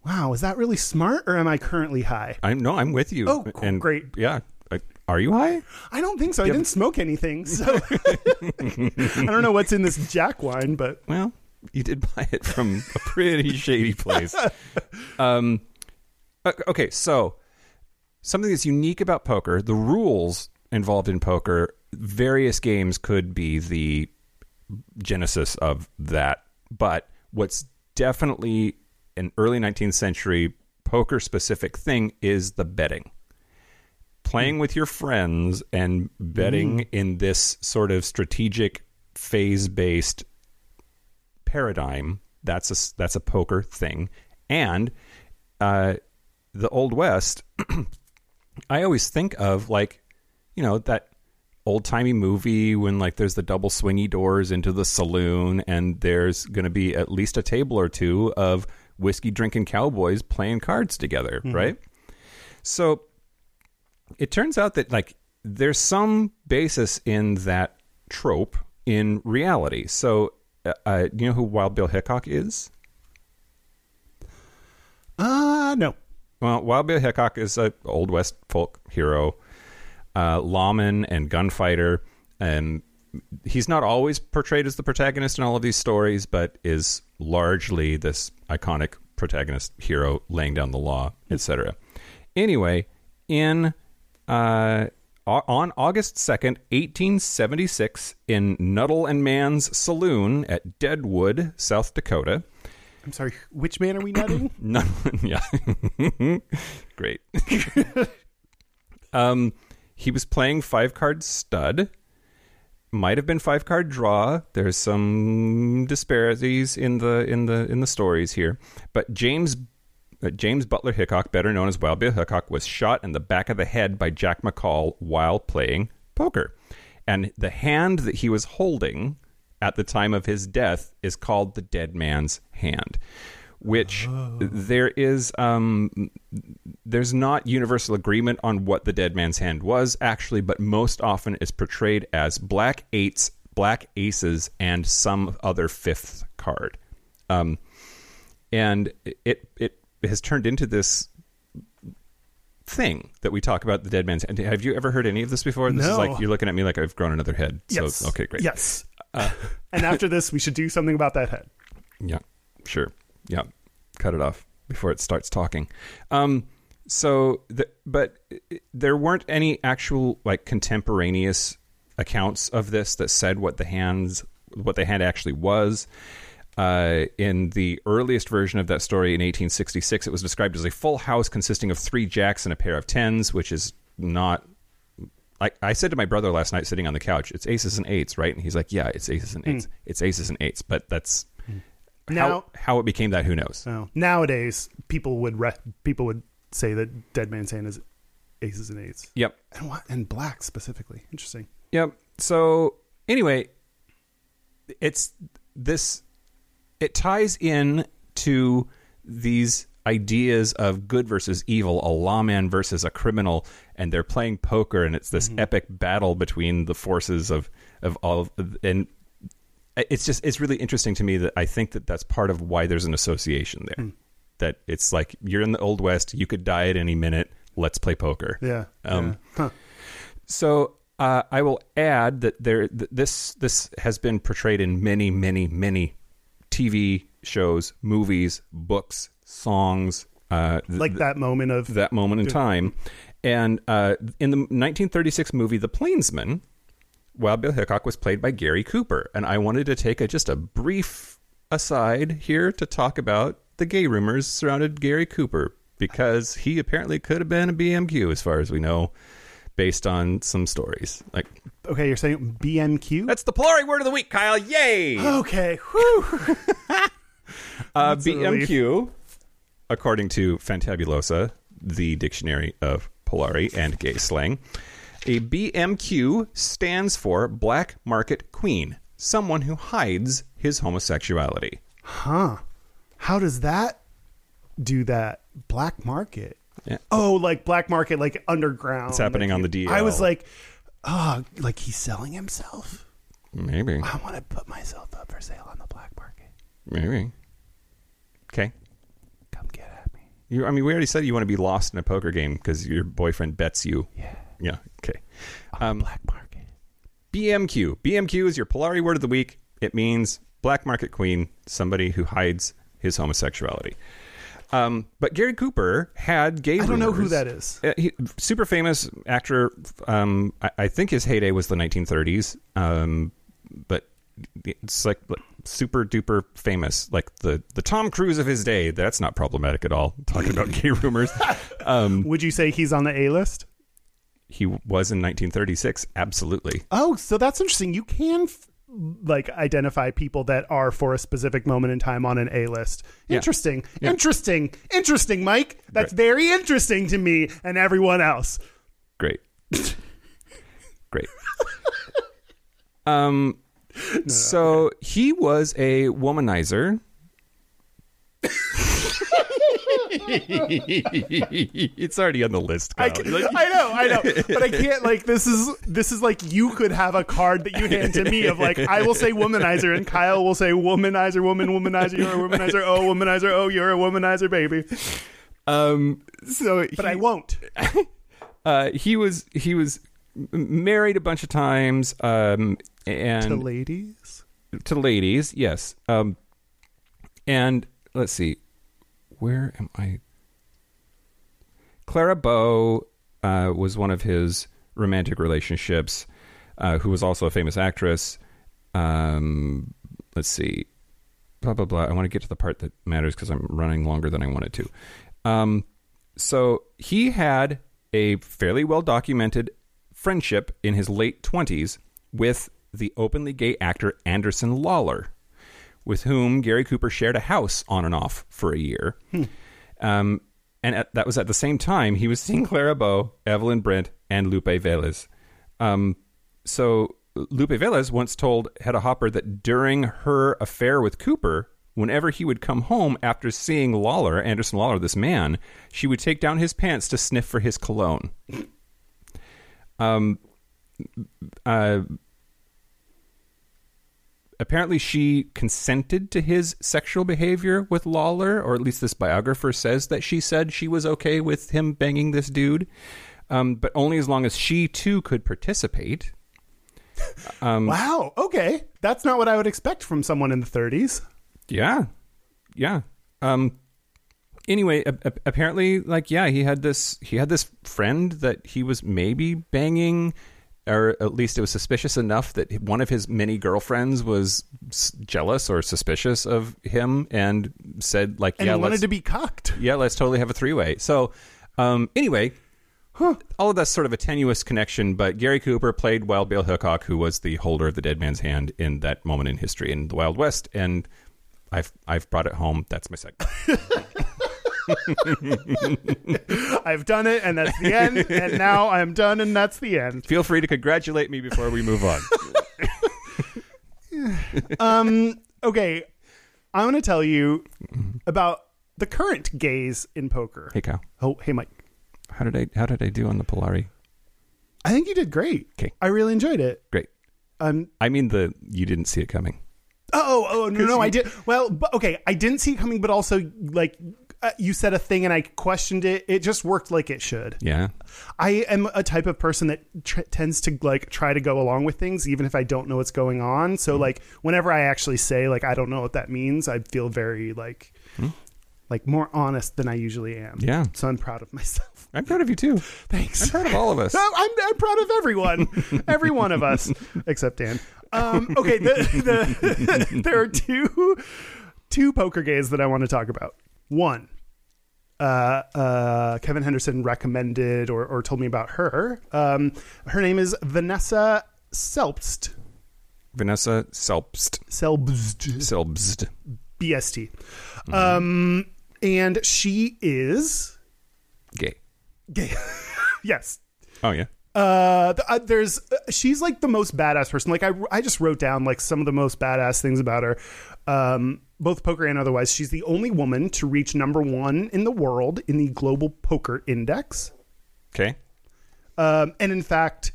B: wow? Is that really smart, or am I currently high?
A: I'm no, I'm with you.
B: Oh, cool,
A: and
B: great.
A: Yeah, I- are you high?
B: I don't think so. I didn't smoke anything, so I don't know what's in this Jack wine, but.
A: Well, you did buy it from a pretty shady place. Um, o- okay, so something that's unique about poker, the rules involved in poker, various games could be the genesis of that. But what's definitely an early 19th century poker specific thing is the betting. Playing with your friends and betting in this sort of strategic phase based paradigm. That's a that's a poker thing, and uh, the old west. I always think of like, you know, that old timey movie when like there's the double swingy doors into the saloon, and there's going to be at least a table or two of whiskey drinking cowboys playing cards together, right? So it turns out that like there's some basis in that trope in reality. So, uh, uh, you know who Wild Bill Hickok is?
B: Uh no.
A: Well, Wild Bill Hickok is a old west folk hero, uh, lawman and gunfighter, and he's not always portrayed as the protagonist in all of these stories, but is largely this iconic protagonist hero laying down the law, etc. Anyway, in uh, au- on August second, eighteen seventy six, in Nuttall and Mann's saloon at Deadwood, South Dakota.
B: I'm sorry. Which man are we nutting?
A: No, yeah, great. um, he was playing five card stud. Might have been five card draw. There's some disparities in the in the in the stories here, but James. uh, James Butler Hickok, better known as Wild Bill Hickok, was shot in the back of the head by Jack McCall while playing poker. And the hand that he was holding at the time of his death is called the dead man's hand, which there is um, there's not universal agreement on what the dead man's hand was actually, but most often it's portrayed as black eights, black aces, and some other fifth card. Um, and it it has turned into this thing that we talk about the dead man's hand. Have you ever heard any of this before? This is
B: No.
A: like you're looking at me like I've grown another head.
B: yes.
A: So okay, great. Uh,
B: Yes. and after this, we should do something about that head.
A: Yeah, sure. Yeah, cut it off before it starts talking. Um, so, the, but uh, there weren't any actual like contemporaneous accounts of this that said what the hands, what the hand actually was. Uh, in the earliest version of that story in 1866, it was described as a full house consisting of three jacks and a pair of tens, which is not I, I said to my brother last night sitting on the couch, it's aces and eights, right? And he's like, yeah, it's aces and eights. It's aces and eights. But that's how,
B: Now- Uh.
A: how it became that, who knows?
B: So nowadays, people would re- people would say that Dead Man's Hand is aces and eights,
A: Yep.
B: and what and black specifically. Interesting.
A: Yep. So anyway, it's this it ties in to these ideas of good versus evil, a lawman versus a criminal, and they're playing poker and it's this epic battle between the forces of of all of, and it's just it's really interesting to me that I think that that's part of why there's an association there. That it's like you're in the old west, you could die at any minute. Let's play poker.
B: Yeah.
A: Um,
B: yeah. Huh.
A: So uh, I will add that there th- this this has been portrayed in many many many TV shows, movies, books, songs, uh, th-
B: Like that moment of
A: that moment in time, And uh, in the 1936 movie The Plainsman, Wild Bill Hickok was played by Gary Cooper. And I wanted to take a, just a brief aside here to talk about the gay rumors surrounded Gary Cooper because he apparently could have been a BMQ, as far as we know, based on some stories. Like
B: Okay, you're saying BMQ?
A: that's the Polari word of the week, Kyle! Yay!
B: okay. Whew.
A: Uh,
B: a relief.
A: BMQ, according to Fantabulosa, the dictionary of Polari and gay slang, a BMQ stands for black market queen, someone who hides his homosexuality.
B: Huh. How does that do that? Black market.
A: Yeah.
B: Oh, like black market, like underground.
A: It's happening
B: Like,
A: on the DL.
B: I was like, oh, like he's selling himself.
A: Maybe,
B: I want to put myself up for sale on the black market.
A: maybe. Okay,
B: Come get at me.
A: you. I mean, we already said you want to be lost in a poker game because your boyfriend bets you.
B: Yeah.
A: Yeah. Okay. Um,
B: Black market.
A: BMQ. BMQ is your Polari word of the week. It means black market queen, somebody who hides his homosexuality. Um, but Gary Cooper had gay.
B: I don't know who
A: rumors.
B: that is.
A: Uh, he, super famous actor. Um, I, I think his heyday was the 1930s. Um, but it's like, like super duper famous, like the the Tom Cruise of his day. That's not problematic at all. Talking about gay rumors,
B: Would you say he's on the A list?
A: he was in 1936. Absolutely.
B: Oh, so that's interesting. You can f- like identify people that are for a specific moment in time on an A list.
A: Yeah.
B: Interesting.
A: Yeah.
B: Interesting. Interesting, Mike. That's
A: Right.
B: very interesting to me and everyone else.
A: Great. Great. um so he was a womanizer. it's already on the list.
B: I,
A: Kyle.
B: c-
A: Like,
B: I know, I know, but I can't. Like this is this is like you could have a card that you hand to me of like I will say womanizer and Kyle will say womanizer, woman, womanizer, you're a womanizer, oh womanizer, oh you're a womanizer, baby.
A: um so
B: But
A: he,
B: I won't.
A: uh he was he was m- married a bunch of times um and
B: The ladies.
A: to ladies, yes. Um, and let's see, where am I? Clara Bow uh, was one of his romantic relationships, uh, who was also a famous actress. Um, let's see, blah blah blah. I want to get to the part that matters because I'm running longer than I wanted to. Um, so he had a fairly well documented friendship in his late 20s with the openly gay actor Anderson Lawler, with whom Gary Cooper shared a house on and off for a year. Um, and at, that was at the same time he was seeing Clara Bow, Evelyn Brent, and Lupe Vélez. Um, so Lupe Vélez once told Hedda Hopper that during her affair with Cooper, whenever he would come home after seeing Lawler, Anderson Lawler, this man, she would take down his pants to sniff for his cologne. Um, uh, apparently she consented to his sexual behavior with Lawler, or at least this biographer says that she said she was okay with him banging this dude, um, but only as long as she too could participate.
B: wow. Okay, that's not what I would expect from someone in the 30s.
A: Yeah, yeah. Um. Anyway, a- a- apparently, like, yeah, he had this. He had this friend that he was maybe banging, or at least it was suspicious enough that one of his many girlfriends was s- jealous or suspicious of him, and said, like,
B: and
A: yeah,
B: wanted
A: let's,
B: to be cucked.
A: yeah, let's totally have a three way. So, um, anyway, all of that's sort of a tenuous connection, but Gary Cooper played Wild Bill Hickok, who was the holder of the dead man's hand in that moment in history in the Wild West, and I've I've brought it home. That's my segment.
B: I've done it, and that's the end. and now I'm done, and that's the end.
A: Feel free to congratulate me before we move on.
B: Um, okay, I'm going to tell you about the current gaze in poker.
A: hey, Kyle,
B: Oh, hey, Mike.
A: how did I how did I do on the Polari?
B: I think you did great.
A: 'Kay.
B: I really enjoyed it.
A: Great.
B: Um,
A: I mean the you didn't see it coming.
B: oh, oh, no, no, I did. Well, but, okay, I didn't see it coming, but also like. Uh, you said a thing and I questioned it. It just worked like it should.
A: Yeah,
B: I am a type of person that tr- tends to like try to go along with things even if I don't know what's going on. So like whenever I actually say like I don't know what that means, I feel very like like more honest than I usually am.
A: Yeah.
B: So I'm proud of myself.
A: I'm proud of you too. I'm
B: Thanks.
A: proud of all of us.
B: No, I'm, I'm proud of everyone, every one of us, except Dan. Um, okay, the, the, there are two two poker games that I want to talk about. One, uh, uh, Kevin Henderson recommended or, or told me about her. Um, her name is Vanessa Selbst.
A: Vanessa Selbst.
B: Selbst.
A: Selbst.
B: BST.
A: Mm-hmm.
B: Um, and she is
A: Gay.
B: gay. yes.
A: Oh yeah.
B: Uh, th- uh, there's uh, she's like the most badass person. Like I, I just wrote down like some of the most badass things about her, um, both poker and otherwise. She's the only woman to reach number one in the world in the Global Poker Index,
A: Okay.
B: um, and in fact,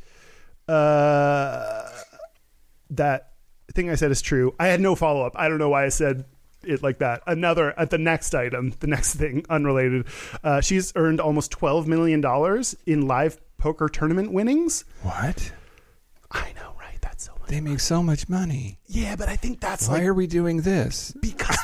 B: uh, that thing I said is true. I had no follow up. I don't know why I said it like that. Another at the next item, the next thing unrelated. Uh, she's earned almost twelve million dollars in live poker tournament winnings.
A: What?
B: I know, right? That's so much.
A: They make so much money.
B: Yeah, but I think that's
A: Why
B: like
A: are we doing this?
B: because.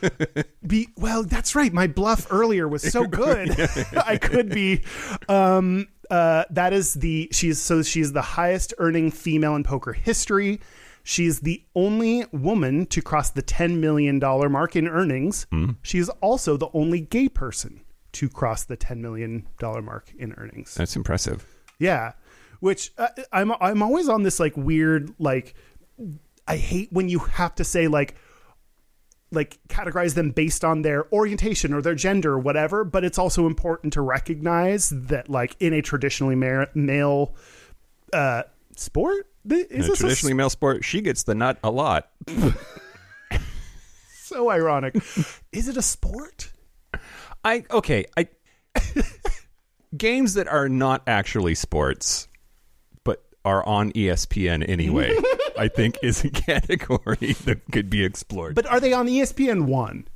B: be well, that's right. My bluff earlier was so good. I could be. Um, uh, that is the she's so she's the highest earning female in poker history. She's the only woman to cross the ten million dollar mark in earnings.
A: Hmm.
B: She is also the only gay person to cross the ten million dollar mark in earnings.
A: That's impressive.
B: Yeah, which uh, I'm I'm always on this like weird like I hate when you have to say like like categorize them based on their orientation or their gender or whatever, but it's also important to recognize that like in a traditionally ma- male uh sport th-
A: In
B: is
A: a
B: this a s-
A: traditionally male sport, she gets the nut a lot.
B: so ironic. is it a sport?
A: I okay. I games that are not actually sports, but are on E ESPN anyway. I think is a category that could be explored.
B: But are they on E ESPN one?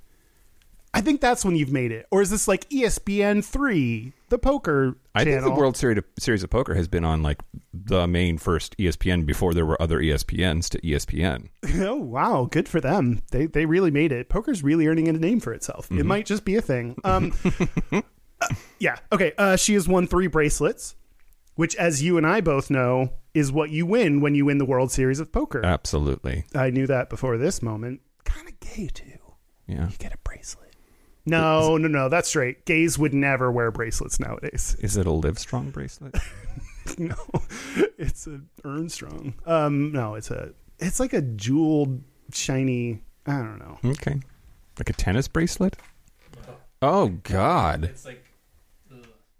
B: I think that's when you've made it. Or is this like E ESPN three, the poker
A: I think the
B: channel?
A: World Series of, Series of Poker has been on like the main first E ESPN before there were other E ESPNs to ESPN.
B: Oh wow, good for them. They they really made it. Poker's really earning a name for itself. It might just be a thing. Um, uh, yeah. Okay. Uh, she has won three bracelets, which, as you and I both know, is what you win when you win the World Series of Poker.
A: Uh. Absolutely,
B: I knew that before this moment. Kind of gay too. You
A: yeah.
B: get a bracelet. No, no, no. That's straight. Gays would never wear bracelets nowadays.
A: Is it a Livestrong bracelet?
B: no, it's a Ernstrong. Um, no, it's a it's like a jeweled, shiny. I don't know.
A: okay, like a tennis bracelet. Oh God,
C: It's like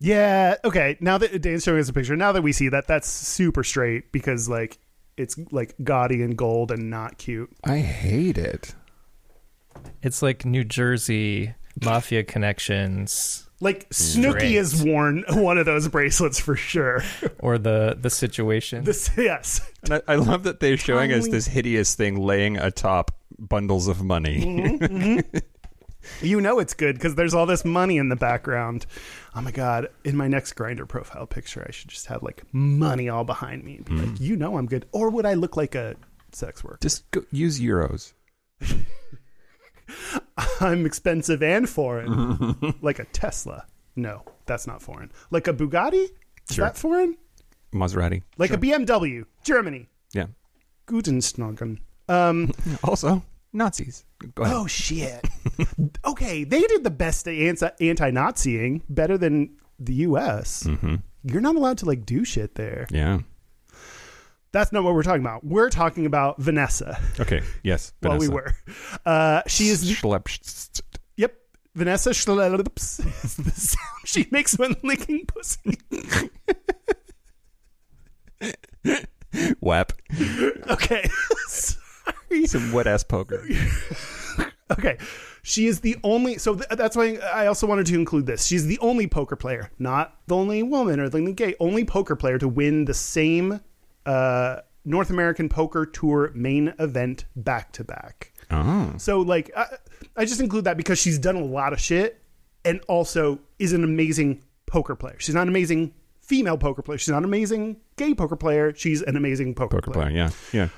B: Yeah. Okay. Now that Dan's showing us a picture, now that we see that, that's super straight because like it's like gaudy and gold and not cute.
A: I hate it.
C: it's like New Jersey mafia connections
B: Like Snooky
C: Straight.
B: has worn one of those bracelets for sure.
C: or the the situation.
B: This yes.
A: And I, I love that they're showing us
B: Totally.
A: this hideous thing laying atop bundles of money.
B: You know it's good because there's all this money in the background. Oh my god! In my next grinder profile picture, I should just have like money all behind me. And be like, you know I'm good. Or would I look like a sex worker?
A: Just go, use euros.
B: I'm expensive and foreign, like a Tesla. No, that's not foreign. Like a Bugatti. Is
A: Sure.
B: that foreign?
A: Maserati.
B: like a BMW, Germany,
A: Yeah.
B: Gutenstogen. Um,
A: Also, Nazis. Go ahead.
B: oh shit. okay, they did the best at anti- anti-Naziing, better than the U.S.
A: Mm-hmm.
B: You're not allowed to like do shit there.
A: Yeah.
B: That's not what we're talking about. We're talking about Vanessa.
A: Okay. Yes.
B: Well, we
A: Vanessa.
B: were. Uh, she is
A: Schlepp-
B: Yep. Vanessa Schleps is the sound she makes when licking pussy.
A: Wap.
B: Okay. Sorry.
A: Some wet ass poker.
B: Okay. She is the only. So th- that's why I also wanted to include this. She's the only poker player, not the only woman or the only gay, only poker player to win the same uh, North American Poker Tour main event back to back.
A: Oh.
B: So, like, I, I just include that because she's done a lot of shit and also is an amazing poker player. She's not an amazing female poker player. She's not an amazing gay poker player. She's an amazing poker,
A: Poker player. Yeah. Yeah.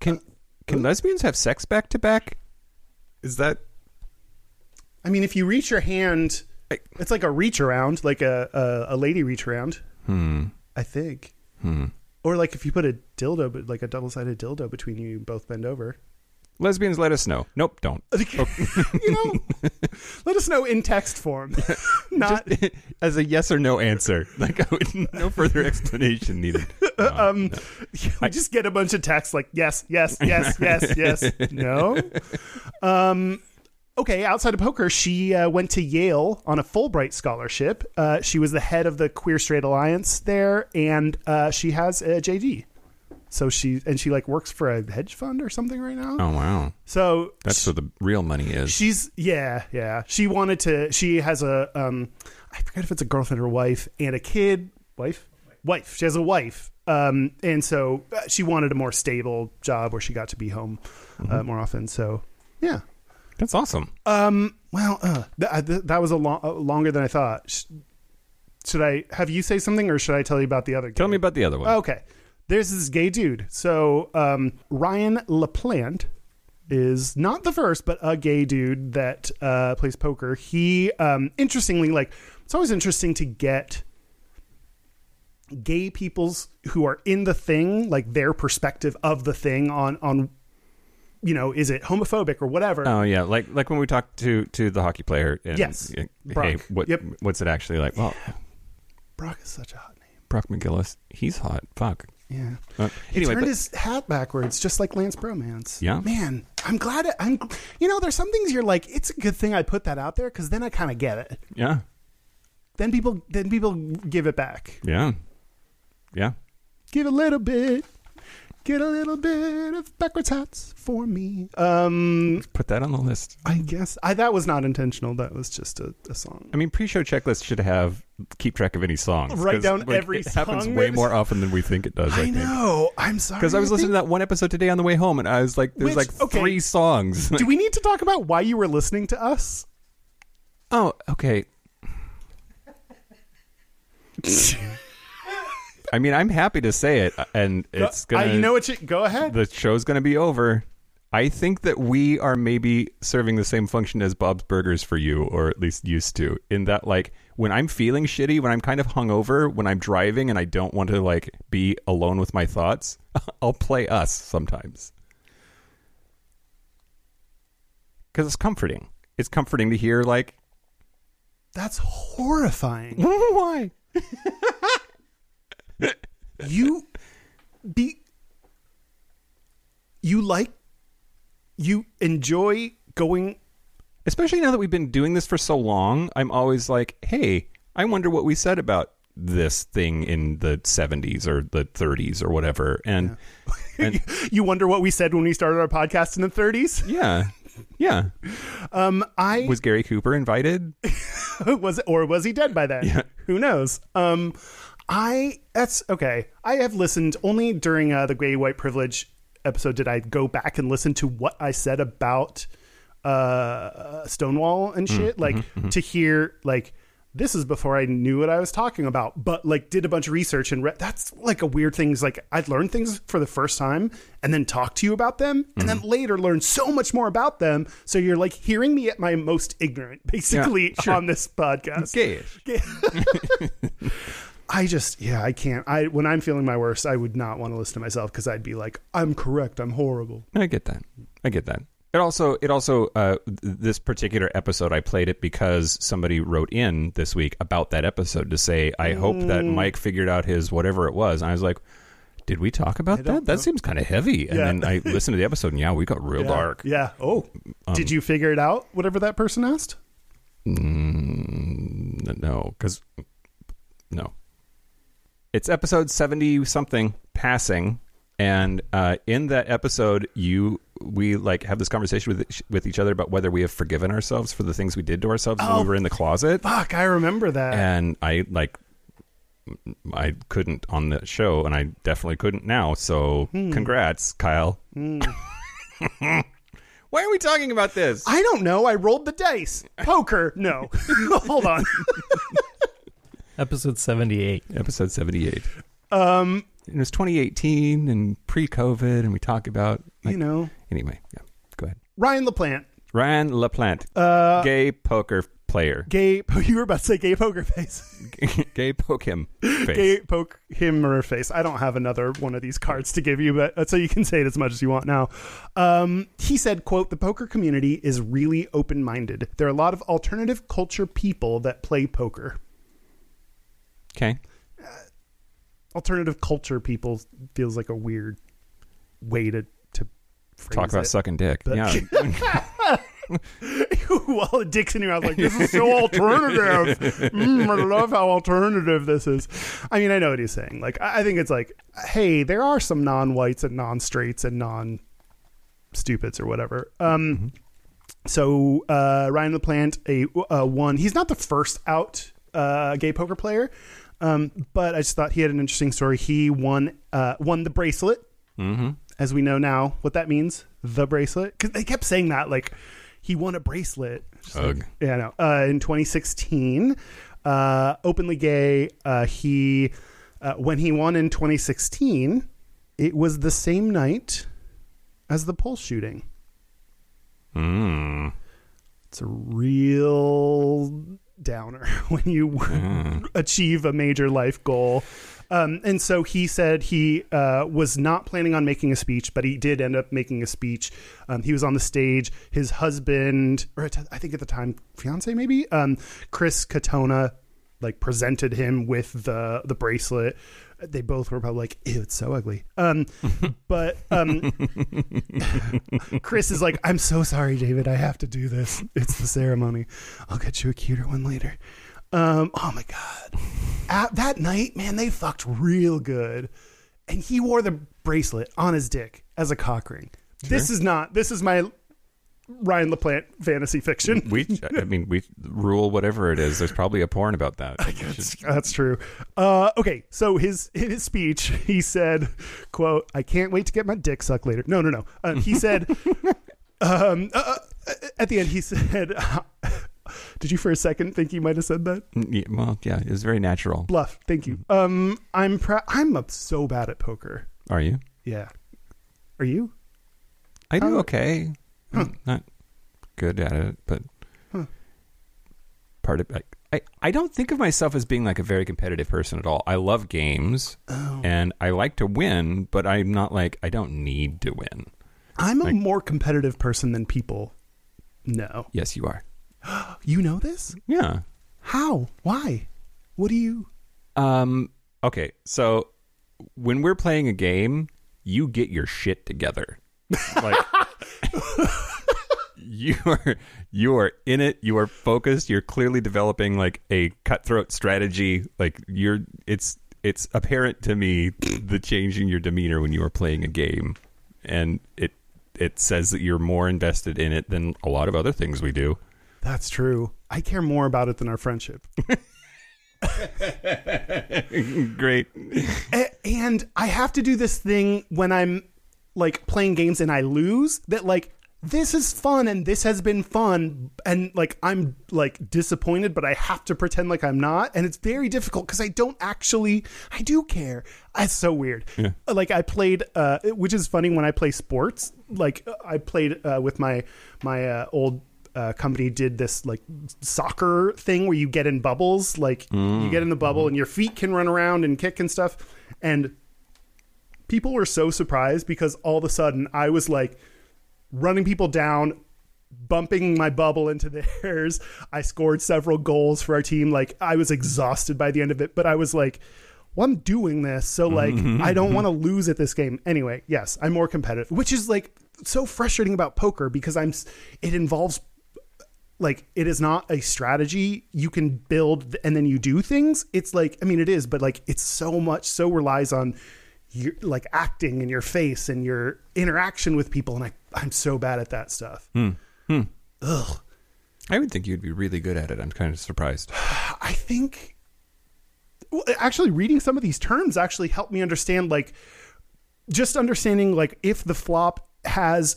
A: Can can lesbians have sex back to back? Is that
B: I mean, if you reach your hand, it's like a reach around, like a a, a lady reach around.
A: hmm,
B: I think. Or like if you put a dildo, but like a double sided dildo between you, you both bend over.
A: Lesbians, let us know. Nope, don't.
B: you know, let us know in text form, not
A: As a yes or no answer, like I would, no further explanation needed.
B: um, we just get a bunch of texts like yes, yes, yes, yes, yes, no. Um, okay, outside of poker, she uh, went to Yale on a Fulbright scholarship. Uh, she was the head of the Queer Straight Alliance there, and uh, she has a JD. So she and she like works for a hedge fund or something right now.
A: Oh wow,
B: So
A: that's what the real money is.
B: She's yeah, yeah. She wanted to. She has a um, I forget if it's a girlfriend or wife and a kid. Wife, wife. She has a wife. Um, and so uh, she wanted a more stable job where she got to be home uh,
A: Mm-hmm.
B: more often. So yeah.
A: That's awesome.
B: Um. Well, uh, th- uh, th- that was a long uh, longer than I thought. Sh- should I have you say something or should I tell you about the other?
A: Tell
B: gay-
A: me about the other one.
B: Okay. There's this gay dude. So um, Ryan LaPlante is not the first, but a gay dude that uh, plays poker. He, um, interestingly, like, it's always interesting to get gay people's who are in the thing, like their perspective of the thing on, on you know, is it homophobic or whatever.
A: Oh yeah, like like when we talked to to the hockey player. And,
B: Yes.
A: uh, Hey,
B: Brock.
A: what
B: Yep.
A: what's it actually like? Well,
B: Brock is such a hot name.
A: Brock McGillis, he's hot. Fuck.
B: Yeah.
A: Uh,
B: He
A: anyway,
B: turned
A: but-
B: his hat backwards, just like Lance Bromance.
A: Yeah.
B: man, I'm glad. It, I'm, gl- you know, there's some things you're like, it's a good thing I put that out there because then I kind of get it.
A: yeah,
B: Then people, then people give it back.
A: yeah, yeah.
B: Give a little bit, get a little bit of backwards hats for me. Um,
A: Put that on the list.
B: I guess I that was not intentional. That was just a, a song.
A: I mean, pre-show checklist should have keep track of any songs.
B: Write
A: 'cause,
B: down every
A: it happens
B: song
A: way
B: that-
A: more often than we think it does. I,
B: I
A: think.
B: know. I'm sorry.
A: Because I was listening
B: think-
A: to that one episode today on the way home, and I was like, "There's
B: Which-
A: like
B: okay.
A: three songs."
B: Do we need to talk about why you were listening to us?
A: oh, okay. I mean, I'm happy to say it, and it's
B: I-
A: gonna.
B: you know what? You, go ahead.
A: the show's gonna be over. I think that we are maybe serving the same function as Bob's Burgers for you, or at least used to. In that, like, when I'm feeling shitty, when I'm kind of hungover, when I'm driving and I don't want to like be alone with my thoughts, I'll play us sometimes because it's comforting. It's comforting to hear like
B: That's horrifying.
A: why.
B: you be you like you enjoy going
A: especially now that we've been doing this for so long, I'm always like, hey, I wonder what we said about this thing in the 70s or the 30s or whatever. And yeah. and
B: you wonder what we said when we started our podcast in the 30s
A: yeah. Yeah.
B: um i was,
A: Was Gary Cooper invited?
B: or was he dead by then who knows um i that's okay i have listened only during uh, the gay white privilege episode did i go back and listen to what i said about uh stonewall and shit like to hear like this is before I knew what I was talking about, but like did a bunch of research and read. That's like a weird thing. Is like I'd learn things for the first time and then talk to you about them, and then later learn so much more about them. So you're like hearing me at my most ignorant, basically,
A: sure.
B: on this podcast.
A: Gayish.
B: I just yeah, I can't. I when I'm feeling my worst, I would not want to listen to myself because I'd be like, I'm correct. I'm horrible.
A: I get that. I get that. It also, it also, uh, th- this particular episode, I played it because somebody wrote in this week about that episode to say, I hope that Mike figured out his whatever it was. And I was like, did we talk about that? That seems kind of heavy. And
B: Yeah.
A: then I listened to the episode, and yeah, we got real
B: Yeah.
A: dark. Um,
B: Yeah. Oh, did you figure it out? Whatever that person asked.
A: Mm, no, because no. It's episode seventy something, passing, and uh, in that episode, you we like have this conversation with with each other about whether we have forgiven ourselves for the things we did to ourselves when
B: Oh.
A: we were in the closet,
B: Fuck, I remember that.
A: and I like. I couldn't on the show, and I definitely couldn't now. So,
B: Hmm.
A: congrats, Kyle. Why are we talking about this?
B: I don't know. I rolled the dice. Poker. No. Hold on.
C: Episode 78.
A: Episode seventy-eight.
B: Um,
A: it was 2018 and pre-COVID, and we talk about like,
B: you know,
A: Anyway, yeah, go ahead.
B: Ryan LaPlante.
A: Ryan LaPlante,
B: Uh,
A: gay poker player.
B: gay. You were about to say gay poker face.
A: gay poke him. face.
B: Gay poke him or face. I don't have another one of these cards to give you, but uh, so you can say it as much as you want now. Um, he said, "quote The poker community is really open minded. There are a lot of alternative culture people that play poker.
A: Okay.
B: Alternative culture people feels like a weird way to to phrase
A: Talk about
B: it.
A: sucking dick.
B: But-
A: yeah.
B: While it dicks in your mouth, like this is so alternative. Mm, I love how alternative this is. I mean, I know what he's saying. Like, I I think it's like, hey, there are some non-whites and non-straights and non-stupids or whatever. Um, so uh, Ryan LaPlante, a uh, one. He's not the first out uh, gay poker player, um, but I just thought he had an interesting story. He won uh, won the bracelet,
A: Mm-hmm.
B: as we know now what that means. The bracelet, because they kept saying that like he won a bracelet. Just like-
A: Ugh.
B: yeah, I know. Uh, in 2016, uh, openly gay. Uh, he uh, when he won in 2016, it was the same night as the pole shooting.
A: Mm.
B: It's a real downer when you achieve a major life goal. Um, and so he said he uh, was not planning on making a speech, but he did end up making a speech. Um, he was on the stage. His husband, or at- I think at the time, fiance maybe, um, Chris Katona, like presented him with the the bracelet. They both were probably like, "Ew, it's so ugly." Um, but um, Chris is like, I'm so sorry, David. I have to do this. It's the ceremony. I'll get you a cuter one later. Um, oh my God. At that night, man, they fucked real good. And he wore the bracelet on his dick as a cock ring. This is not, this is my Ryan LaPlante fantasy fiction.
A: We, I mean, we rule whatever it is. There's probably a porn about that.
B: That's true. Uh, okay, so his in his speech, he said, "quote I can't wait to get my dick sucked later." No, no, no. Uh, he said, um, uh, uh, at the end, he said, "Did you for a second think he might have said that?"
A: Yeah, well, yeah, it's very natural.
B: Bluff. Thank you. Um, I'm proud. I'm up so bad at poker.
A: Are you?
B: Yeah. Are you?
A: I do
B: How-
A: okay.
B: Huh.
A: Not good at it, but part of like, I, I don't think of myself as being like a very competitive person at all. I love games
B: Oh.
A: and I like to win, but I'm not like I don't need to win.
B: I'm a
A: Like-
B: more competitive person than people know.
A: Yes, you are.
B: You know this?
A: Yeah.
B: How? Why? What do you?
A: Um. Okay. So when we're playing a game, you get your shit together. Like you are you are in it. You are focused. You're clearly developing like a cutthroat strategy. Like you're. It's it's apparent to me the change in your demeanor when you are playing a game, and it it says that you're more invested in it than a lot of other things we do.
B: That's true. I care more about it than our friendship.
A: Great.
B: A- and I have to do this thing when I'm like playing games and I lose that like this is fun and this has been fun and like I'm like disappointed but I have to pretend like I'm not and it's very difficult cuz I don't actually I do care. It's so weird. Like I played uh which is funny when I play sports like I played uh with my my uh, old uh, company did this like soccer thing where you get in bubbles like you get in the bubble and your feet can run around and kick and stuff and people were so surprised because all of a sudden i was like running people down bumping my bubble into theirs i scored several goals for our team like i was exhausted by the end of it but i was like well, I'm doing this, so like I don't want to lose at this game. Anyway, yes, I'm more competitive, which is like so frustrating about poker because I'm. s- It involves like it is not a strategy you can build th- and then you do things it's like i mean it is but like it's so much so relies on your like acting and your face and your interaction with people and i i'm so bad at that stuff ugh
A: I would think you'd be really good at it. I'm kind of surprised.
B: I think well, actually reading some of these terms actually helped me understand like just understanding like if the flop has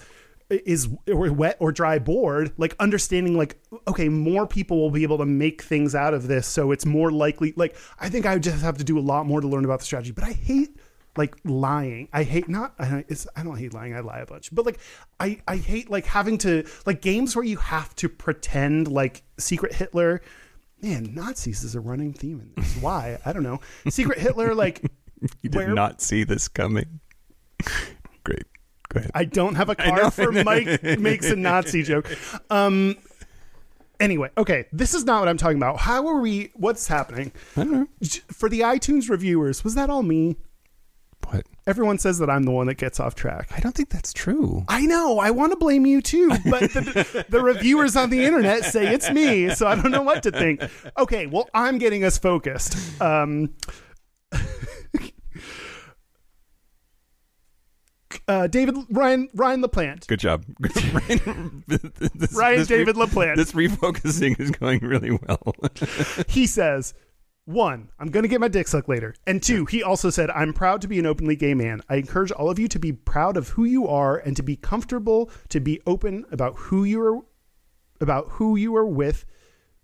B: is or wet or dry board like understanding like okay more people will be able to make things out of this so it's more likely like i think i would just have to do a lot more to learn about the strategy but i hate like lying. I hate not. I- It's, I don't hate lying. I lie a bunch, but like I I hate like having to like games where you have to pretend like secret Hitler. Man, Nazis is a running theme in this. Why? I don't know. Secret Hitler, like
A: You did
B: Where-
A: not see this coming. Great. Go ahead.
B: I don't have a car for Mike makes a Nazi joke. Um anyway, okay, this is not what I'm talking about. How are we what's happening?
A: I don't know.
B: J- For the iTunes reviewers, was that all me?
A: What?
B: Everyone says that I'm the one that gets off track.
A: I don't think that's true.
B: I know, I want to blame you too, but the, the reviewers on the internet say it's me, so I don't know what to think. Okay, well, I'm getting us focused. Um Uh, David Ryan Ryan LaPlante.
A: Good job. Ryan, this-
B: Ryan
A: this re-
B: David LaPlante.
A: this refocusing is going really well.
B: he says, one, I'm going to get my dick sucked later. And two, he also said, I'm proud to be an openly gay man. I encourage all of you to be proud of who you are and to be comfortable to be open about who you are about who you are with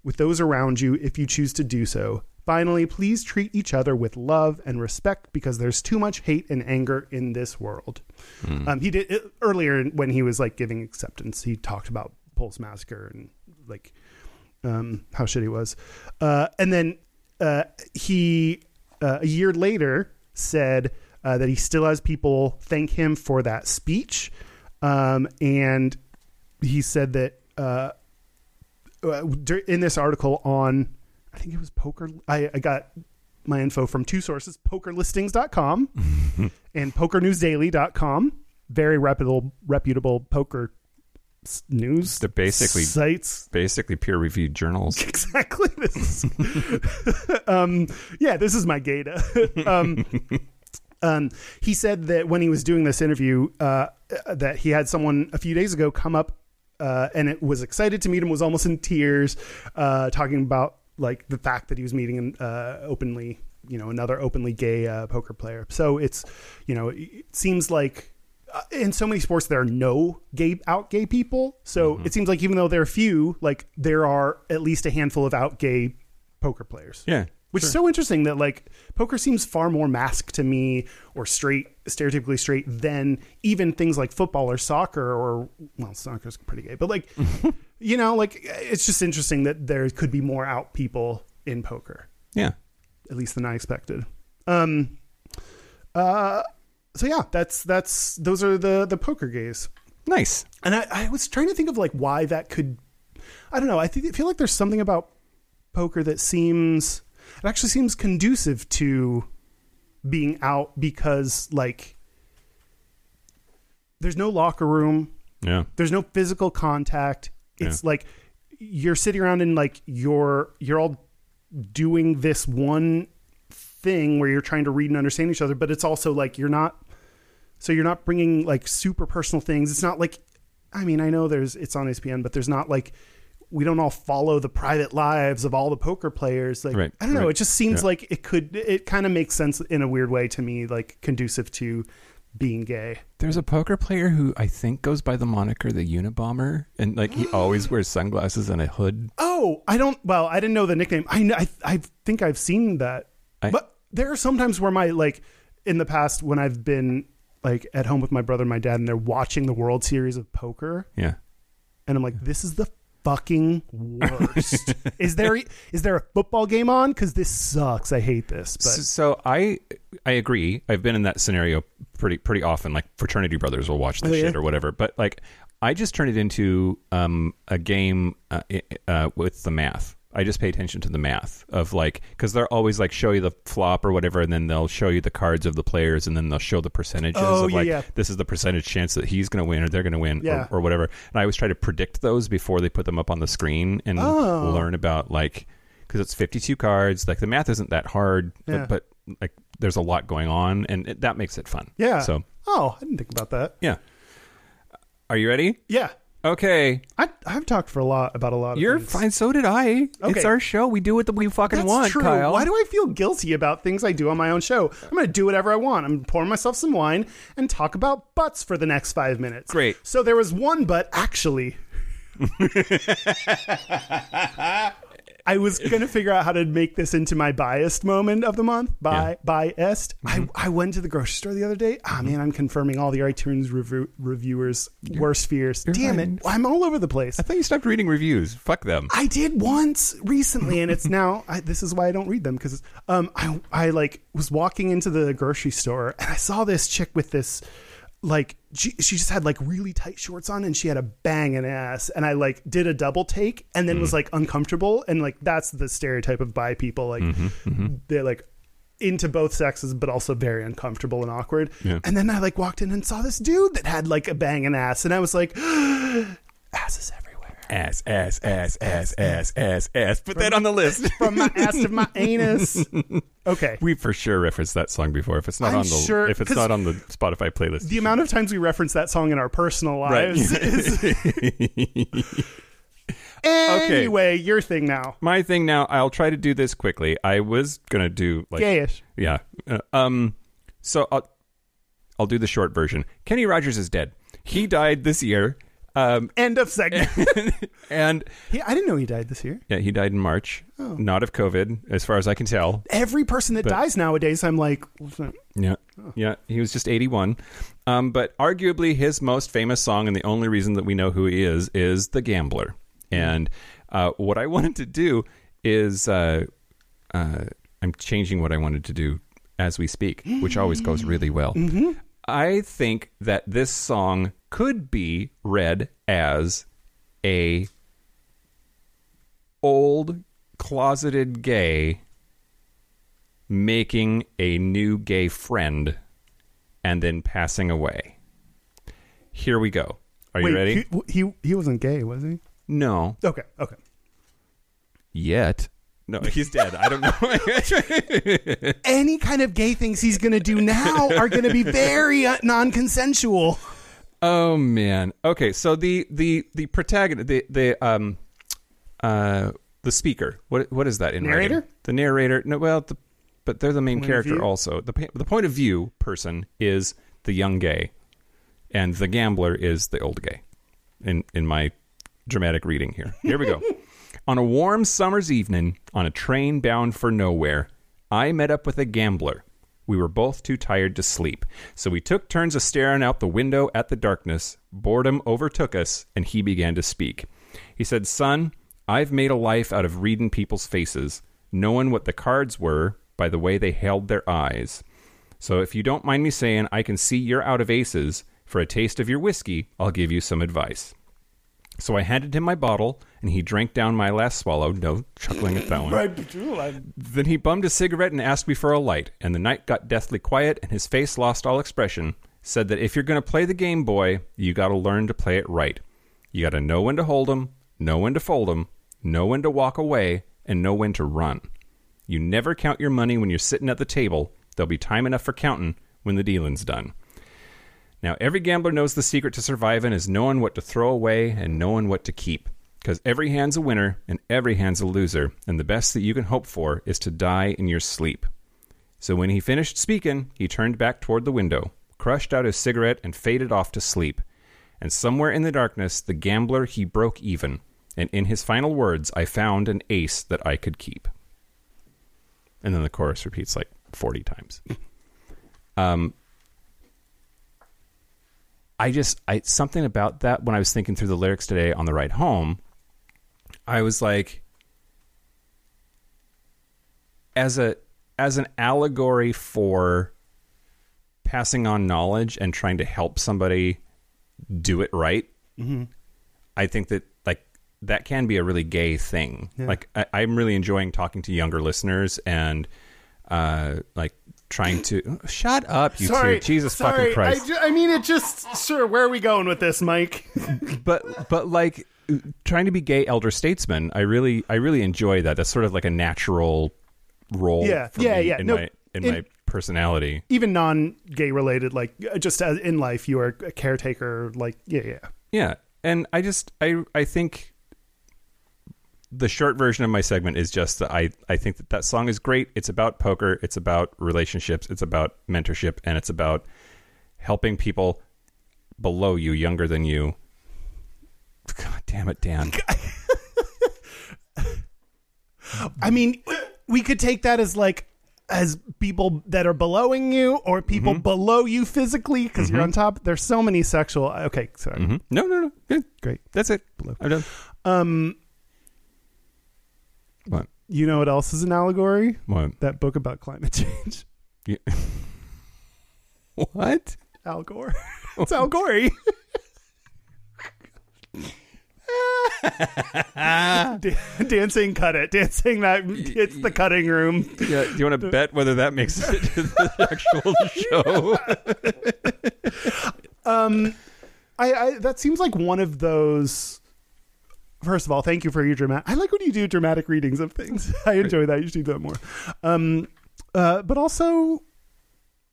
B: with those around you if you choose to do so. Finally, please treat each other with love and respect because there's too much hate and anger in this world.
A: Hmm.
B: Um, he did earlier when he was like giving acceptance, he talked about Pulse Massacre and like um, how shitty it was. Uh, and then uh, he, uh, a year later, said uh, that he still has people thank him for that speech. Um, and he said that uh, uh, dur- in this article on, I think it was poker, I, I got my info from two sources pokerlistings.com and pokernewsdaily.com. Very reputable, reputable poker s- news.
A: They're basically-
B: sites
A: Basically, peer-reviewed journals.
B: exactly this is- um yeah this is my gata um um he said that when he was doing this interview uh that he had someone a few days ago come up uh and it was excited to meet him was almost in tears uh talking about like the fact that he was meeting uh openly you know another openly gay uh, poker player so it's you know it seems like uh, in so many sports there are no gay out gay people so it seems like even though there are few like there are at least a handful of out gay poker players
A: Yeah.
B: which is so interesting that like poker seems far more masked to me or straight stereotypically straight than even things like football or soccer or well soccer's pretty gay but like you know like it's just interesting that there could be more out people in poker
A: Yeah.
B: at least than I expected. Um, uh, so yeah, that's that's those are the the poker gays,
A: Nice.
B: and I, I was trying to think of like why that could. I don't know. I think I feel like there's something about poker that seems it actually seems conducive to being out because like there's no locker room
A: Yeah.
B: there's no physical contact it's like you're sitting around and like you're you're all doing this one thing where you're trying to read and understand each other but it's also like you're not so you're not bringing like super personal things it's not like i mean i know there's it's on E espn but there's not like we don't all follow the private lives of all the poker players like
A: Right,
B: i don't know
A: right.
B: it just seems
A: Yeah.
B: like it could it kind of makes sense in a weird way to me like conducive to being gay
A: There's a poker player who I think goes by the moniker the Unabomber, and like he always wears sunglasses and a hood.
B: Oh, I don't. Well, I didn't know the nickname. I kn- I, I think I've seen that.
A: I-
B: but there are sometimes where my like in the past when I've been like at home with my brother and my dad and they're watching the World Series of Poker
A: Yeah.
B: and I'm like, this is the fucking worst. is there e, is there a football game on? Because this sucks. I hate this.
A: So,
B: But
A: so I I agree. I've been in that scenario pretty pretty often. Like fraternity brothers will watch this
B: Oh, yeah?
A: shit or whatever. But like I just turn it into um, a game uh, i- uh, with the math. I just pay attention to the math of like because they're always like show you the flop or whatever, and then they'll show you the cards of the players, and then they'll show the percentages
B: Oh,
A: of
B: yeah,
A: like
B: yeah.
A: this is the percentage chance that he's going to win or they're going to win
B: Yeah.
A: or, or whatever. And I always try to predict those before they put them up on the screen and
B: Oh.
A: learn about like because it's 52 cards. Like the math isn't that hard,
B: Yeah.
A: but, but like there's a lot going on and it, that makes it fun.
B: yeah.
A: So,
B: oh, I didn't think about that.
A: yeah. Are you ready?
B: Yeah.
A: Okay.
B: I, I've talked for a lot about a lot of
A: You're
B: things.
A: fine. So did I.
B: Oh, Okay.
A: It's our show. We do what we fucking
B: That's
A: want,
B: true.
A: Kyle.
B: Why do I feel guilty about things I do on my own show? I'm going to do whatever I want. I'm going to pour myself some wine and talk about butts for the next five minutes.
A: Great.
B: So there was one butt actually. I was gonna figure out how to make this into my biased moment of the month. By biased.
A: Mm-hmm.
B: I, I went to the grocery store the other day. Ah man, I'm confirming all the iTunes revu- reviewers' worst fears. Damn it, I'm all over the place.
A: I thought you stopped reading reviews. Fuck them.
B: I did once recently, and it's now. I, this is why I don't read them because um, I I like was walking into the grocery store and I saw this chick with this like she, she just had like really tight shorts on and she had a banging ass and I like did a double take and
A: Mm.
B: then was like uncomfortable and like that's the stereotype of bi people like
A: Mm-hmm,
B: they're like into both sexes but also very uncomfortable and awkward
A: Yeah.
B: and then I like walked in and saw this dude that had like a banging ass and I was like asses everywhere
A: Ass, ass, ass, ass, ass, ass, ass. Put that on the list.
B: from my ass to my anus. Okay.
A: We for sure referenced that song before. If it's not
B: I'm
A: on the
B: sure-
A: if it's
B: 'cause
A: not on the Spotify playlist,
B: The amount of times we reference that song in our personal
A: Right.
B: lives is. anyway, your thing now.
A: my thing now. I'll try to do this quickly. I was gonna do like
B: Gayish.
A: yeah. Uh, um, so I'll I'll do the short version. Kenny Rogers is dead. He died this year. Um,
B: End of segment.
A: and
B: He- I didn't know he died this year.
A: yeah, he died in March. Not of COVID, as far as I can tell.
B: Every person that dies nowadays, I'm like, listen,
A: Yeah. Yeah. He was just 81. Um, but arguably his most famous song, and the only reason that we know who he is, is The Gambler. And uh, what I wanted to do is uh, uh, I'm changing what I wanted to do as we speak, which always goes really well. I think that this song could be read as a old closeted gay making a new gay friend and then passing away. Here we go. Are you
B: wait,
A: ready?
B: He, he he wasn't gay, was he?
A: no.
B: Okay, okay.
A: Yet. No, he's dead. I don't know.
B: Any kind of gay things he's going to do now are going to be very uh, non-consensual.
A: oh man. Okay, so the the the protagonist the the um uh the speaker. What what is that in writing?
B: Narrator?
A: The narrator. No, well, the, but they're the main
B: Point of
A: character
B: view?
A: also. The pa- the point of view person is the young gay and the gambler is the old gay. In in my dramatic reading here. Here we go. on a warm summer's evening, on a train bound for nowhere, I met up with a gambler. We were both too tired to sleep, so we took turns of staring out the window at the darkness. Boredom overtook us, and he began to speak. He said, "Son, I've made a life out of reading people's faces, knowing what the cards were by the way they held their eyes." So if you don't mind me saying, I can see you're out of aces. For a taste of your whiskey, I'll give you some advice. So I handed him my bottle, and he drank down my last swallow. No chuckling at that one. Then he bummed a cigarette and asked me for a light, and the night got deathly quiet, and his face lost all expression. Said that if you're going to play the game, boy, you got to learn to play it right. You got to know when to hold 'em, know when to fold 'em, know when to walk away, and know when to run. You never count your money when you're sitting at the table. There'll be time enough for counting when the dealing's done. Now, every gambler knows the secret to surviving is knowing what to throw away and knowing what to keep. Because every hand's a winner and every hand's a loser, and the best that you can hope for is to die in your sleep. So when he finished speaking, he turned back toward the window, crushed out his cigarette, and faded off to sleep. And somewhere in the darkness, the gambler he broke even, and in his final words, I found an ace that I could keep. And then the chorus repeats like 40 times. I just I something about that when I was thinking through the lyrics today on the ride home, I was like as a as an allegory for passing on knowledge and trying to help somebody do it right.
B: Mm-hmm.
A: I think that like that can be a really gay thing. Like I, I'm really enjoying talking to younger listeners and uh like trying to shut up you
B: Sorry,
A: two Jesus
B: sorry.
A: fucking Christ
B: I, ju- I mean, it just sure. Where are we going with this, Mike?
A: but but like trying to be gay elder statesman i really i really enjoy that that's sort of like a natural role
B: Yeah,
A: for
B: yeah,
A: me
B: yeah.
A: in
B: No,
A: my in,
B: in-
A: my personality
B: even non-gay related like uh, just as in life you are a caretaker like yeah yeah
A: yeah and i just i i think the short version of my segment is just that i i think that that song is great it's about poker it's about relationships it's about mentorship and it's about helping people below you younger than you god damn it dan
D: I mean, we could take that as like as people that are belowing you or people
A: Mm-hmm.
D: below you physically because you're on top. There's so many sexual. uh, Okay, sorry.
A: Mhm. No, no, no. Good.
D: Great.
A: That's it. I'm done.
D: Um,
A: What?
D: you know what else is an allegory?
A: What?
D: That book about climate change.
A: You- what?
D: Al Gore. it's Al Gore. Dan- dancing, cut it. Dancing that it's the cutting room.
A: Yeah, do you want to bet whether that makes it to the actual show?
D: I, I that seems like one of those. First of all, thank you for your dramatic. I like when you do dramatic readings of things. I enjoy that. You should do that more. Um, uh, but also,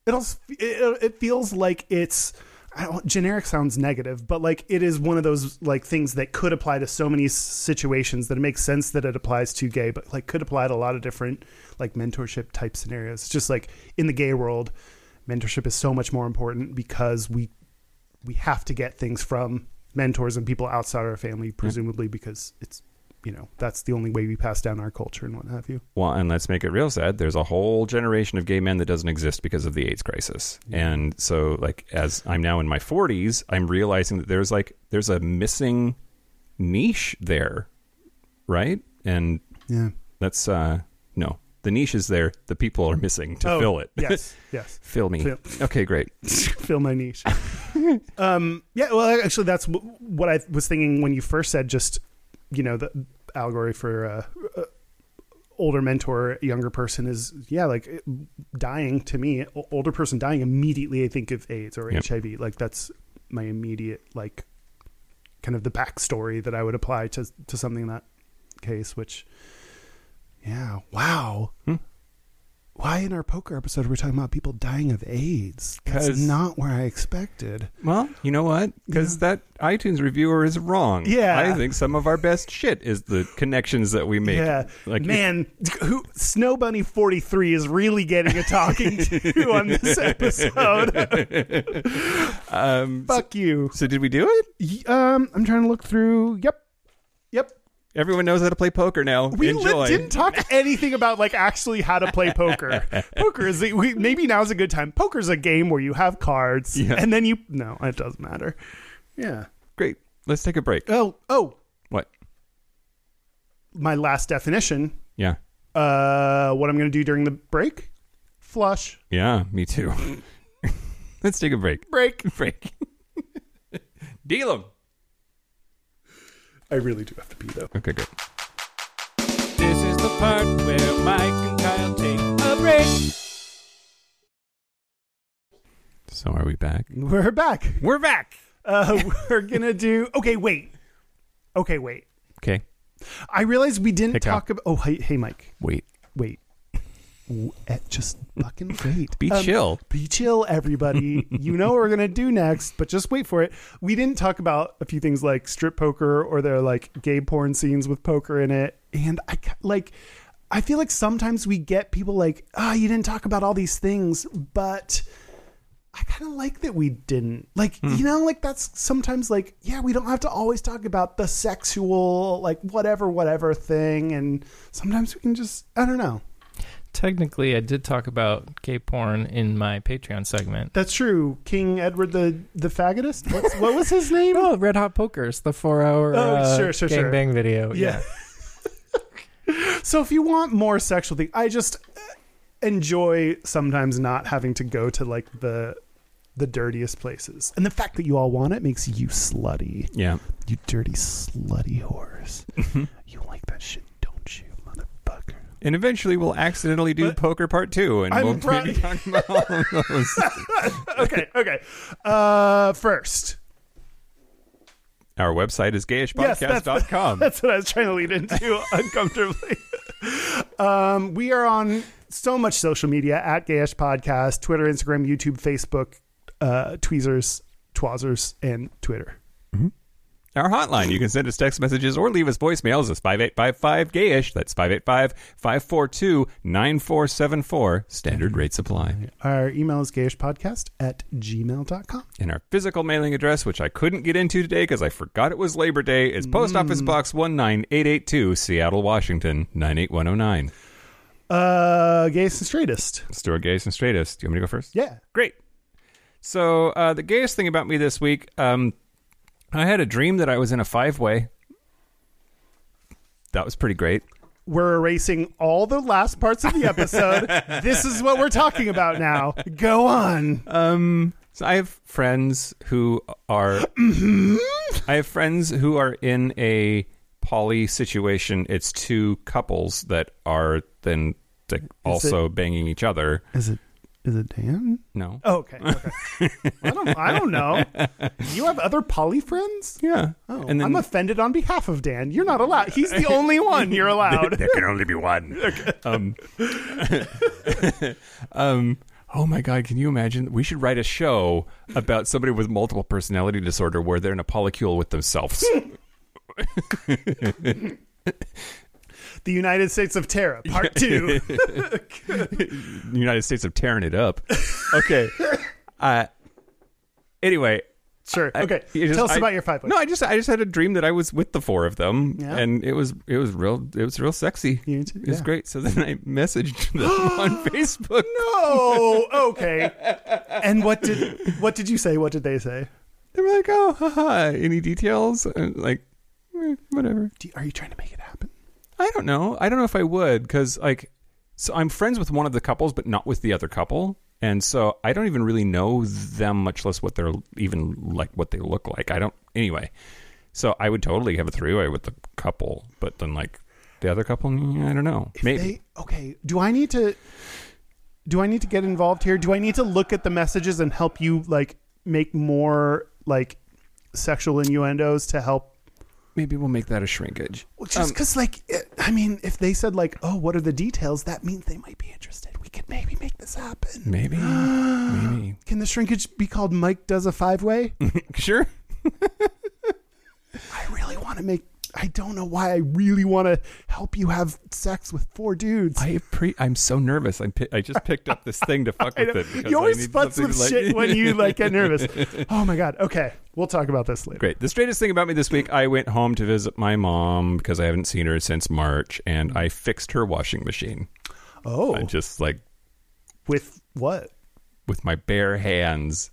D: it also it, it feels like it's I don't, generic sounds negative, but like it is one of those like things that could apply to so many s- situations that it makes sense that it applies to gay, but like could apply to a lot of different like mentorship type scenarios. It's just like in the gay world, mentorship is so much more important because we we have to get things from mentors and people outside our family, presumably because it's you know that's the only way we pass down our culture and what have you.
A: Well, and let's make it real sad. There's a whole generation of gay men that doesn't exist because of the AIDS crisis. And so like as I'm now in my 40s, I'm realizing that there's like there's a missing niche there, right? And
D: Yeah.
A: that's uh no. The niche is there. The people are missing to fill it.
D: yes. Yes.
A: fill me.
D: Fill-
A: Okay, great.
D: fill my niche. um, yeah, well, actually, that's w- what I was thinking when you first said just, you know, the allegory for uh, uh, older mentor, younger person is, yeah, like it- dying to me, o- older person dying immediately, I think of AIDS or
A: Yep.
D: HIV. Like, that's my immediate, like, kind of the backstory that I would apply to, to something in that case, which, yeah, wow. Why in our poker episode we're talking about people dying of AIDS? That's
A: 'Cause-
D: not where I expected.
A: Well, you know what? Because that iTunes reviewer is wrong.
D: Yeah.
A: I think some of our best shit is the connections that we make.
D: Yeah,
A: Like
D: man, who Snow Bunny forty three is really getting a talking to on this episode.
A: um so,
D: Fuck you.
A: so did we do it?
D: Y- Um, I'm trying to look through. Yep, yep.
A: Everyone knows how to play poker now.
D: We li-
A: Enjoy.
D: didn't talk anything about like actually how to play poker. poker is the, we, maybe now's a good time. Poker's a game where you have cards
A: Yeah.
D: and then you no, it doesn't matter. Yeah.
A: Great. Let's take a break.
D: Oh, oh,
A: What?
D: my last definition
A: Yeah.
D: uh, what I'm going to do during the break? Flush.
A: Yeah, me too. Let's take a break.
D: Break.
A: Break. Deal 'em.
D: I really do have to pee, though.
A: Okay, good.
E: This is the part where Mike and Kyle take a break.
A: So are we back?
D: We're back.
A: We're back.
D: Uh, we're going to do. Okay, wait. Okay, wait.
A: Okay.
D: I realized we didn't
A: Hey, Kyle.
D: talk about. Oh, hey, hey, Mike.
A: Wait.
D: Wait. W- eh, Just fucking wait.
A: Be
D: Um,
A: chill.
D: Be chill, everybody. you know what we're going to do next, but just wait for it. We didn't talk about a few things like strip poker or their like gay porn scenes with poker in it. And I ca- like, I feel like sometimes we get people like, ah, you didn't talk about all these things, but I kind of like that we didn't. Like, you know, like that's sometimes like, yeah, we don't have to always talk about the sexual, like whatever, whatever thing. And sometimes we can just, I don't know.
C: Technically, I did talk about gay porn in my Patreon segment.
D: That's true. King Edward the the faggotist. What's, what was his name?
C: Oh, Red Hot Poker's the four-hour
D: Oh,
C: uh,
D: sure, sure, sure.
C: gangbang video.
D: Yeah. so if you want more sexual thing, I just uh, enjoy sometimes not having to go to like the the dirtiest places, and the fact that you all want it makes you slutty.
A: Yeah.
D: You dirty slutty whores. you like that shit, don't you, motherfucker?
A: And eventually we'll accidentally do
D: But-
A: poker part two and
D: I'm
A: we'll
D: proud-
A: maybe talk about all of those.
D: okay, okay. Uh, first,
A: Our website is
D: Yes, that's-
A: gayishpodcast.com.
D: That's what I was trying to lead into uncomfortably. um, we are on so much social media at Gayish Podcast, Twitter, Instagram, YouTube, Facebook, uh, Tweezers, Twazzers, and Twitter.
A: Our hotline, you can send us text messages or leave us voicemails. It's 5855-GAYISH. That's 585-542-9474. Standard rate supply.
D: Our email is gayishpodcast at gmail.com.
A: And our physical mailing address, which I couldn't get into today because I forgot it was Labor Day, is Post Office Box 19882, Seattle, Washington, 98109.
D: Uh, gayest and straightest.
A: Stuart Gayest and Straightest. Do you want me to go first?
D: Yeah.
A: Great. So uh, the gayest thing about me this week, um, I had a dream that I was in a five way. That was pretty great.
D: We're erasing all the last parts of the episode. this is what we're talking about now. Go on.
A: Um, So I have friends who are I have friends who are in a poly situation. It's two couples that are then like, also banging each other.
D: Is it is it Dan?
A: No.
D: Oh, okay. okay. I don't I don't know. You have other poly friends?
A: Yeah.
D: Oh, I'm offended on behalf of Dan. You're not allowed. He's the only one you're allowed.
A: there can only be one. um, um, oh my God, can you imagine? We should write a show about somebody with multiple personality disorder where they're in a polycule with themselves.
D: the United States of Terra, part two.
A: United States of tearing it up. Okay. Uh, anyway.
D: Sure.
A: I-
D: Okay.
A: you just-
D: Tell us
A: I-
D: about your five.
A: No, I just I just had a dream that I was with the four of them,
D: Yeah.
A: and it was it was real it was real sexy.
D: You too-
A: It was
D: yeah.
A: great. So then I messaged them on Facebook.
D: Oh, okay. And what did what did you say? What did they say?
A: They were like, "Oh, haha, any details?" And like, eh, whatever.
D: Do you, are you trying to make it happen?
A: I don't know. I don't know if I would because like, so I'm friends with one of the couples, but not with the other couple, and so I don't even really know them, much less what they're even like, what they look like. I don't. Anyway, so I would totally have a three way with the couple, but then like the other couple, mm, I don't know. Maybe.
D: They okay. Do I need to? Do I need to get involved here? Do I need to look at the messages and help you like make more like sexual innuendos to help
A: Maybe we'll make that a shrinkage.
D: Well, just because, like, it- I mean, if they said, like, oh, what are the details, that means they might be interested. We could maybe make this happen.
A: Maybe. maybe.
D: Can the shrinkage be called Mike Does a Five Way?
A: Sure.
D: I really want to make, I don't know why I really want to help you have sex with four dudes.
A: I pre- I'm so nervous. I'm pi- I just picked up this thing to fuck
D: I
A: with
D: know.
A: it. because
D: you
A: I
D: always
A: need
D: futz
A: something
D: with
A: to, like-
D: shit when you like get nervous. Oh my god. Okay, we'll talk about this later.
A: Great. The straightest thing about me this week, I went home to visit my mom because I haven't seen her since March, and I fixed her washing machine.
D: Oh,
A: I just like
D: with what?
A: with my bare hands.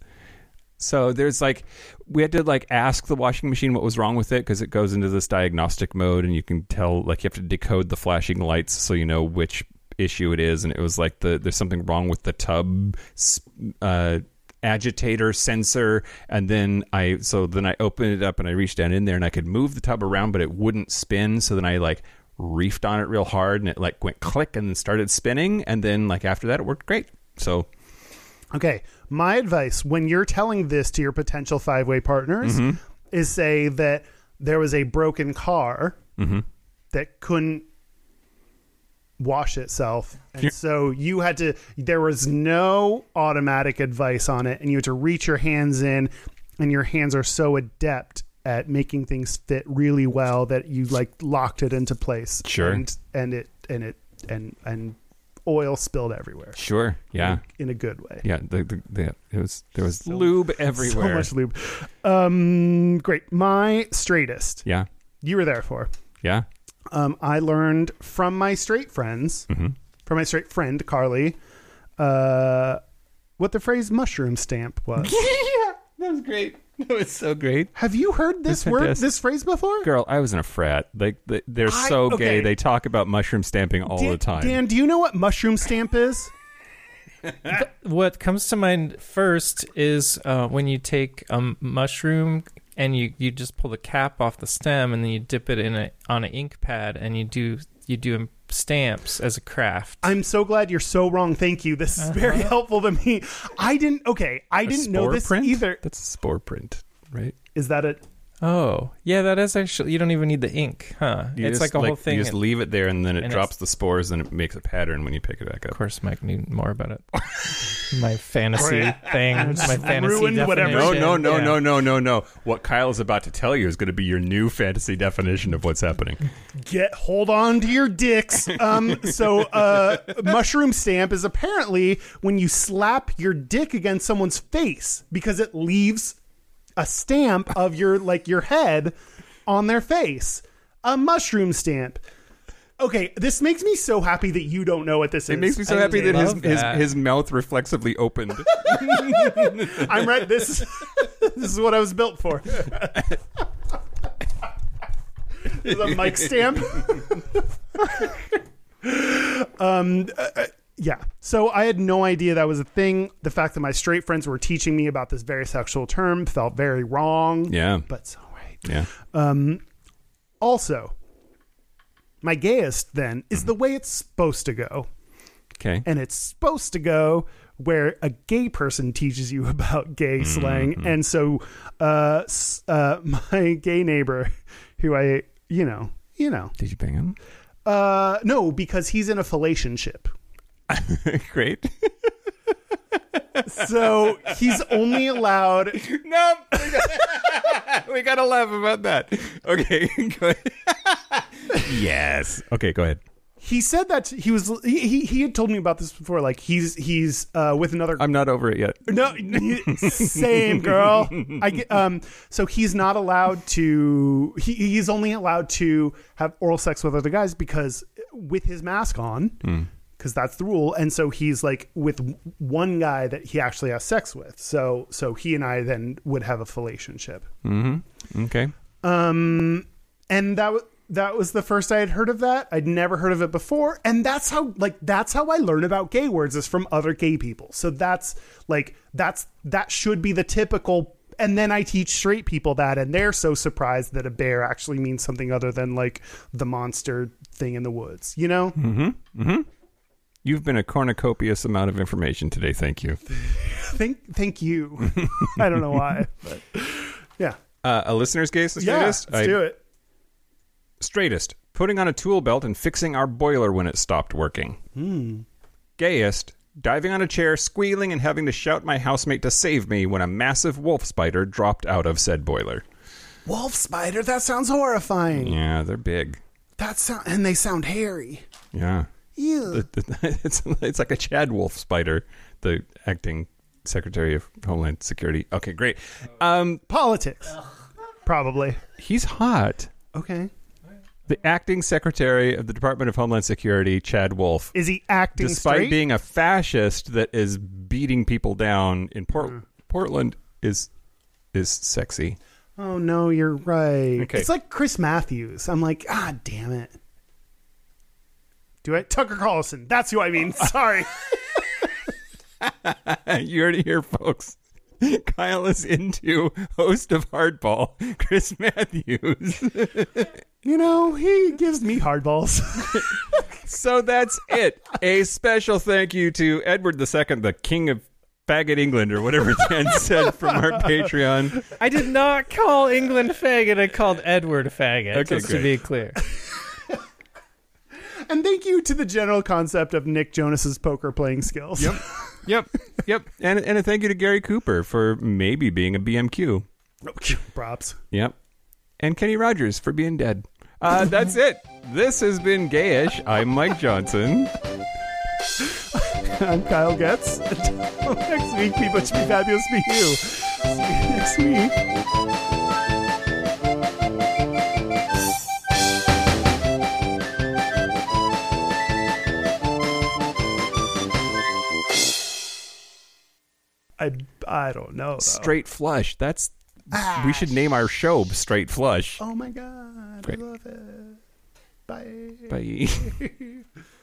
A: So there's like we had to like ask the washing machine what was wrong with it because it goes into this diagnostic mode and you can tell like you have to decode the flashing lights so you know which issue it is and it was like the there's something wrong with the tub s- uh agitator sensor and then I so then I opened it up and I reached down in there and I could move the tub around but it wouldn't spin so then I like reefed on it real hard and it like went click and then started spinning and then like after that it worked great so
D: Okay. My advice when you're telling this to your potential five way partners
A: Mm-hmm.
D: is say that there was a broken car
A: Mm-hmm.
D: that couldn't wash itself. And so you had to, there was no automatic advice on it. And you had to reach your hands in, and your hands are so adept at making things fit really well that you like locked it into place.
A: Sure.
D: And, and it, and it, and, and, Oil spilled everywhere.
A: Sure. Yeah.
D: in a good way.
A: Yeah. The, the, the, it was there was lube everywhere.
D: So much lube. Um, great. My straightest.
A: Yeah.
D: You were there for.
A: Yeah.
D: Um, I learned from my straight friends,
A: Mm-hmm.
D: from my straight friend Carly, uh, what the phrase "mushroom stamp" was.
A: That was great. That was so great.
D: Have you heard this
A: That's
D: word,
A: fantastic.
D: this phrase before?
A: Girl, I was in a frat. Like they, they're
D: I-
A: so
D: okay.
A: gay. They talk about mushroom stamping all
D: Dan,
A: the time.
D: Dan, do you know what mushroom stamp is?
C: What comes to mind first is uh, when you take a m- mushroom and you, you just pull the cap off the stem and then you dip it in a on an ink pad and you do you do stamps as a craft.
D: I'm so glad you're so wrong. Thank you. This is very helpful to me. I didn't. Okay, I
A: Uh-huh. A
D: didn't know
A: spore
D: this
A: print?
D: either.
A: That's a spore print, right?
D: Is that it?
C: Oh, yeah, that is actually. You don't even need the ink, huh?
A: You
C: it's
A: just,
C: like a whole thing.
A: You just
C: And-
A: leave it there, and then it
C: and
A: drops the spores, and it makes a pattern when you pick it back
C: of
A: up.
C: course, Mike knew more about it. my fantasy thing. My fantasy
D: ruined whatever
A: No,
C: definition.
A: no, no,
C: Yeah.
A: no, no, no, no. What Kyle is about to tell you is going to be your new fantasy definition of what's happening.
D: get hold on to your dicks. Um, so uh, mushroom stamp is apparently when you slap your dick against someone's face because it leaves a stamp of your like your head on their face. A mushroom stamp. Okay, this makes me so happy that you don't know what this is.
A: It makes me so
C: I
A: happy that his,
C: love
A: his
C: that.
A: his mouth reflexively opened.
D: I'm right. This this is what I was built for. the mic stamp. um. uh, uh, yeah. So I had no idea that was a thing. The fact that my straight friends were teaching me about this very sexual term felt very wrong.
A: yeah,
D: But it's all right.
A: yeah.
D: Also, my gayest then is the way it's supposed to go.
A: Okay.
D: and it's supposed to go where a gay person teaches you about gay slang. And so, uh, s- uh, my gay neighbor, who I, you know, you know,
A: Did you bang him?
D: uh, no, because he's in a fellationship.
A: Great.
D: So he's only allowed.
A: no, we got, we got to laugh about that. Okay, go ahead. yes. Okay, go ahead.
D: He said that he was. He, he, he had told me about this before. Like he's he's uh, with another
A: I'm not over it yet.
D: No, y- same girl. I get, um. So he's not allowed to. He, he's only allowed to have oral sex with other guys because with his mask on, because that's the rule. And so he's like with w- one guy that he actually has sex with. So so he and I then would have a fellationship.
A: Okay.
D: Um, and that was that was the first I had heard of that. I'd never heard of it before, and that's how like that's how I learn about gay words is from other gay people. So that's like that's that should be the typical. And then I teach straight people that, and they're so surprised that a bear actually means something other than like the monster thing in the woods. You know,
A: You've been a cornucopious amount of information today. Thank you.
D: thank thank you. I don't know why, but yeah,
A: Uh, a listener's gaze, the
D: yeah, let's
A: straightest? I-
D: do it.
A: Straightest, putting on a tool belt and fixing our boiler when it stopped working.
D: Hmm.
A: Gayest, diving on a chair, squealing, and having to shout my housemate to save me when a massive wolf spider dropped out of said boiler.
D: Wolf spider. That sounds horrifying.
A: Yeah, they're big.
D: That sound and they sound hairy.
A: Yeah.
D: Ew.
A: it's, it's like a Chad Wolf spider, the acting Secretary of Homeland Security. Okay, great. Um,
D: politics probably
A: he's hot.
D: okay
A: The acting Secretary of the Department of Homeland Security, Chad Wolf.
D: is he acting
A: despite
D: straight?
A: being a fascist that is beating people down in Port- Portland is is sexy.
D: oh no you're right
A: Okay.
D: it's like chris matthews i'm like ah damn it do it tucker carlson that's who i mean sorry
A: you heard it here, folks. Kyle is into host of Hardball, Chris Matthews.
D: you know he gives me hardballs
A: so that's it. A special thank you to Edward II, the King of Faggot England, or whatever Dan said from our Patreon.
C: I did not call England faggot. I called Edward faggot.
A: Okay,
C: just
A: great.
C: to be clear.
D: and thank you to the general concept of nick jonas's poker playing skills yep
A: Yep, yep. And, and a thank you to Gary Cooper for maybe being a BMQ.
D: props
A: Yep. And Kenny Rogers for being dead. Uh, that's it. This has been Gayish. I'm Mike Johnson.
D: i'm kyle getz until next week be butch be fabulous be you see you next week I, I don't know. though.
A: Straight Flush. That's. We should name our show Straight Flush.
D: Oh my god.
A: Great.
D: I love it. Bye.
A: Bye.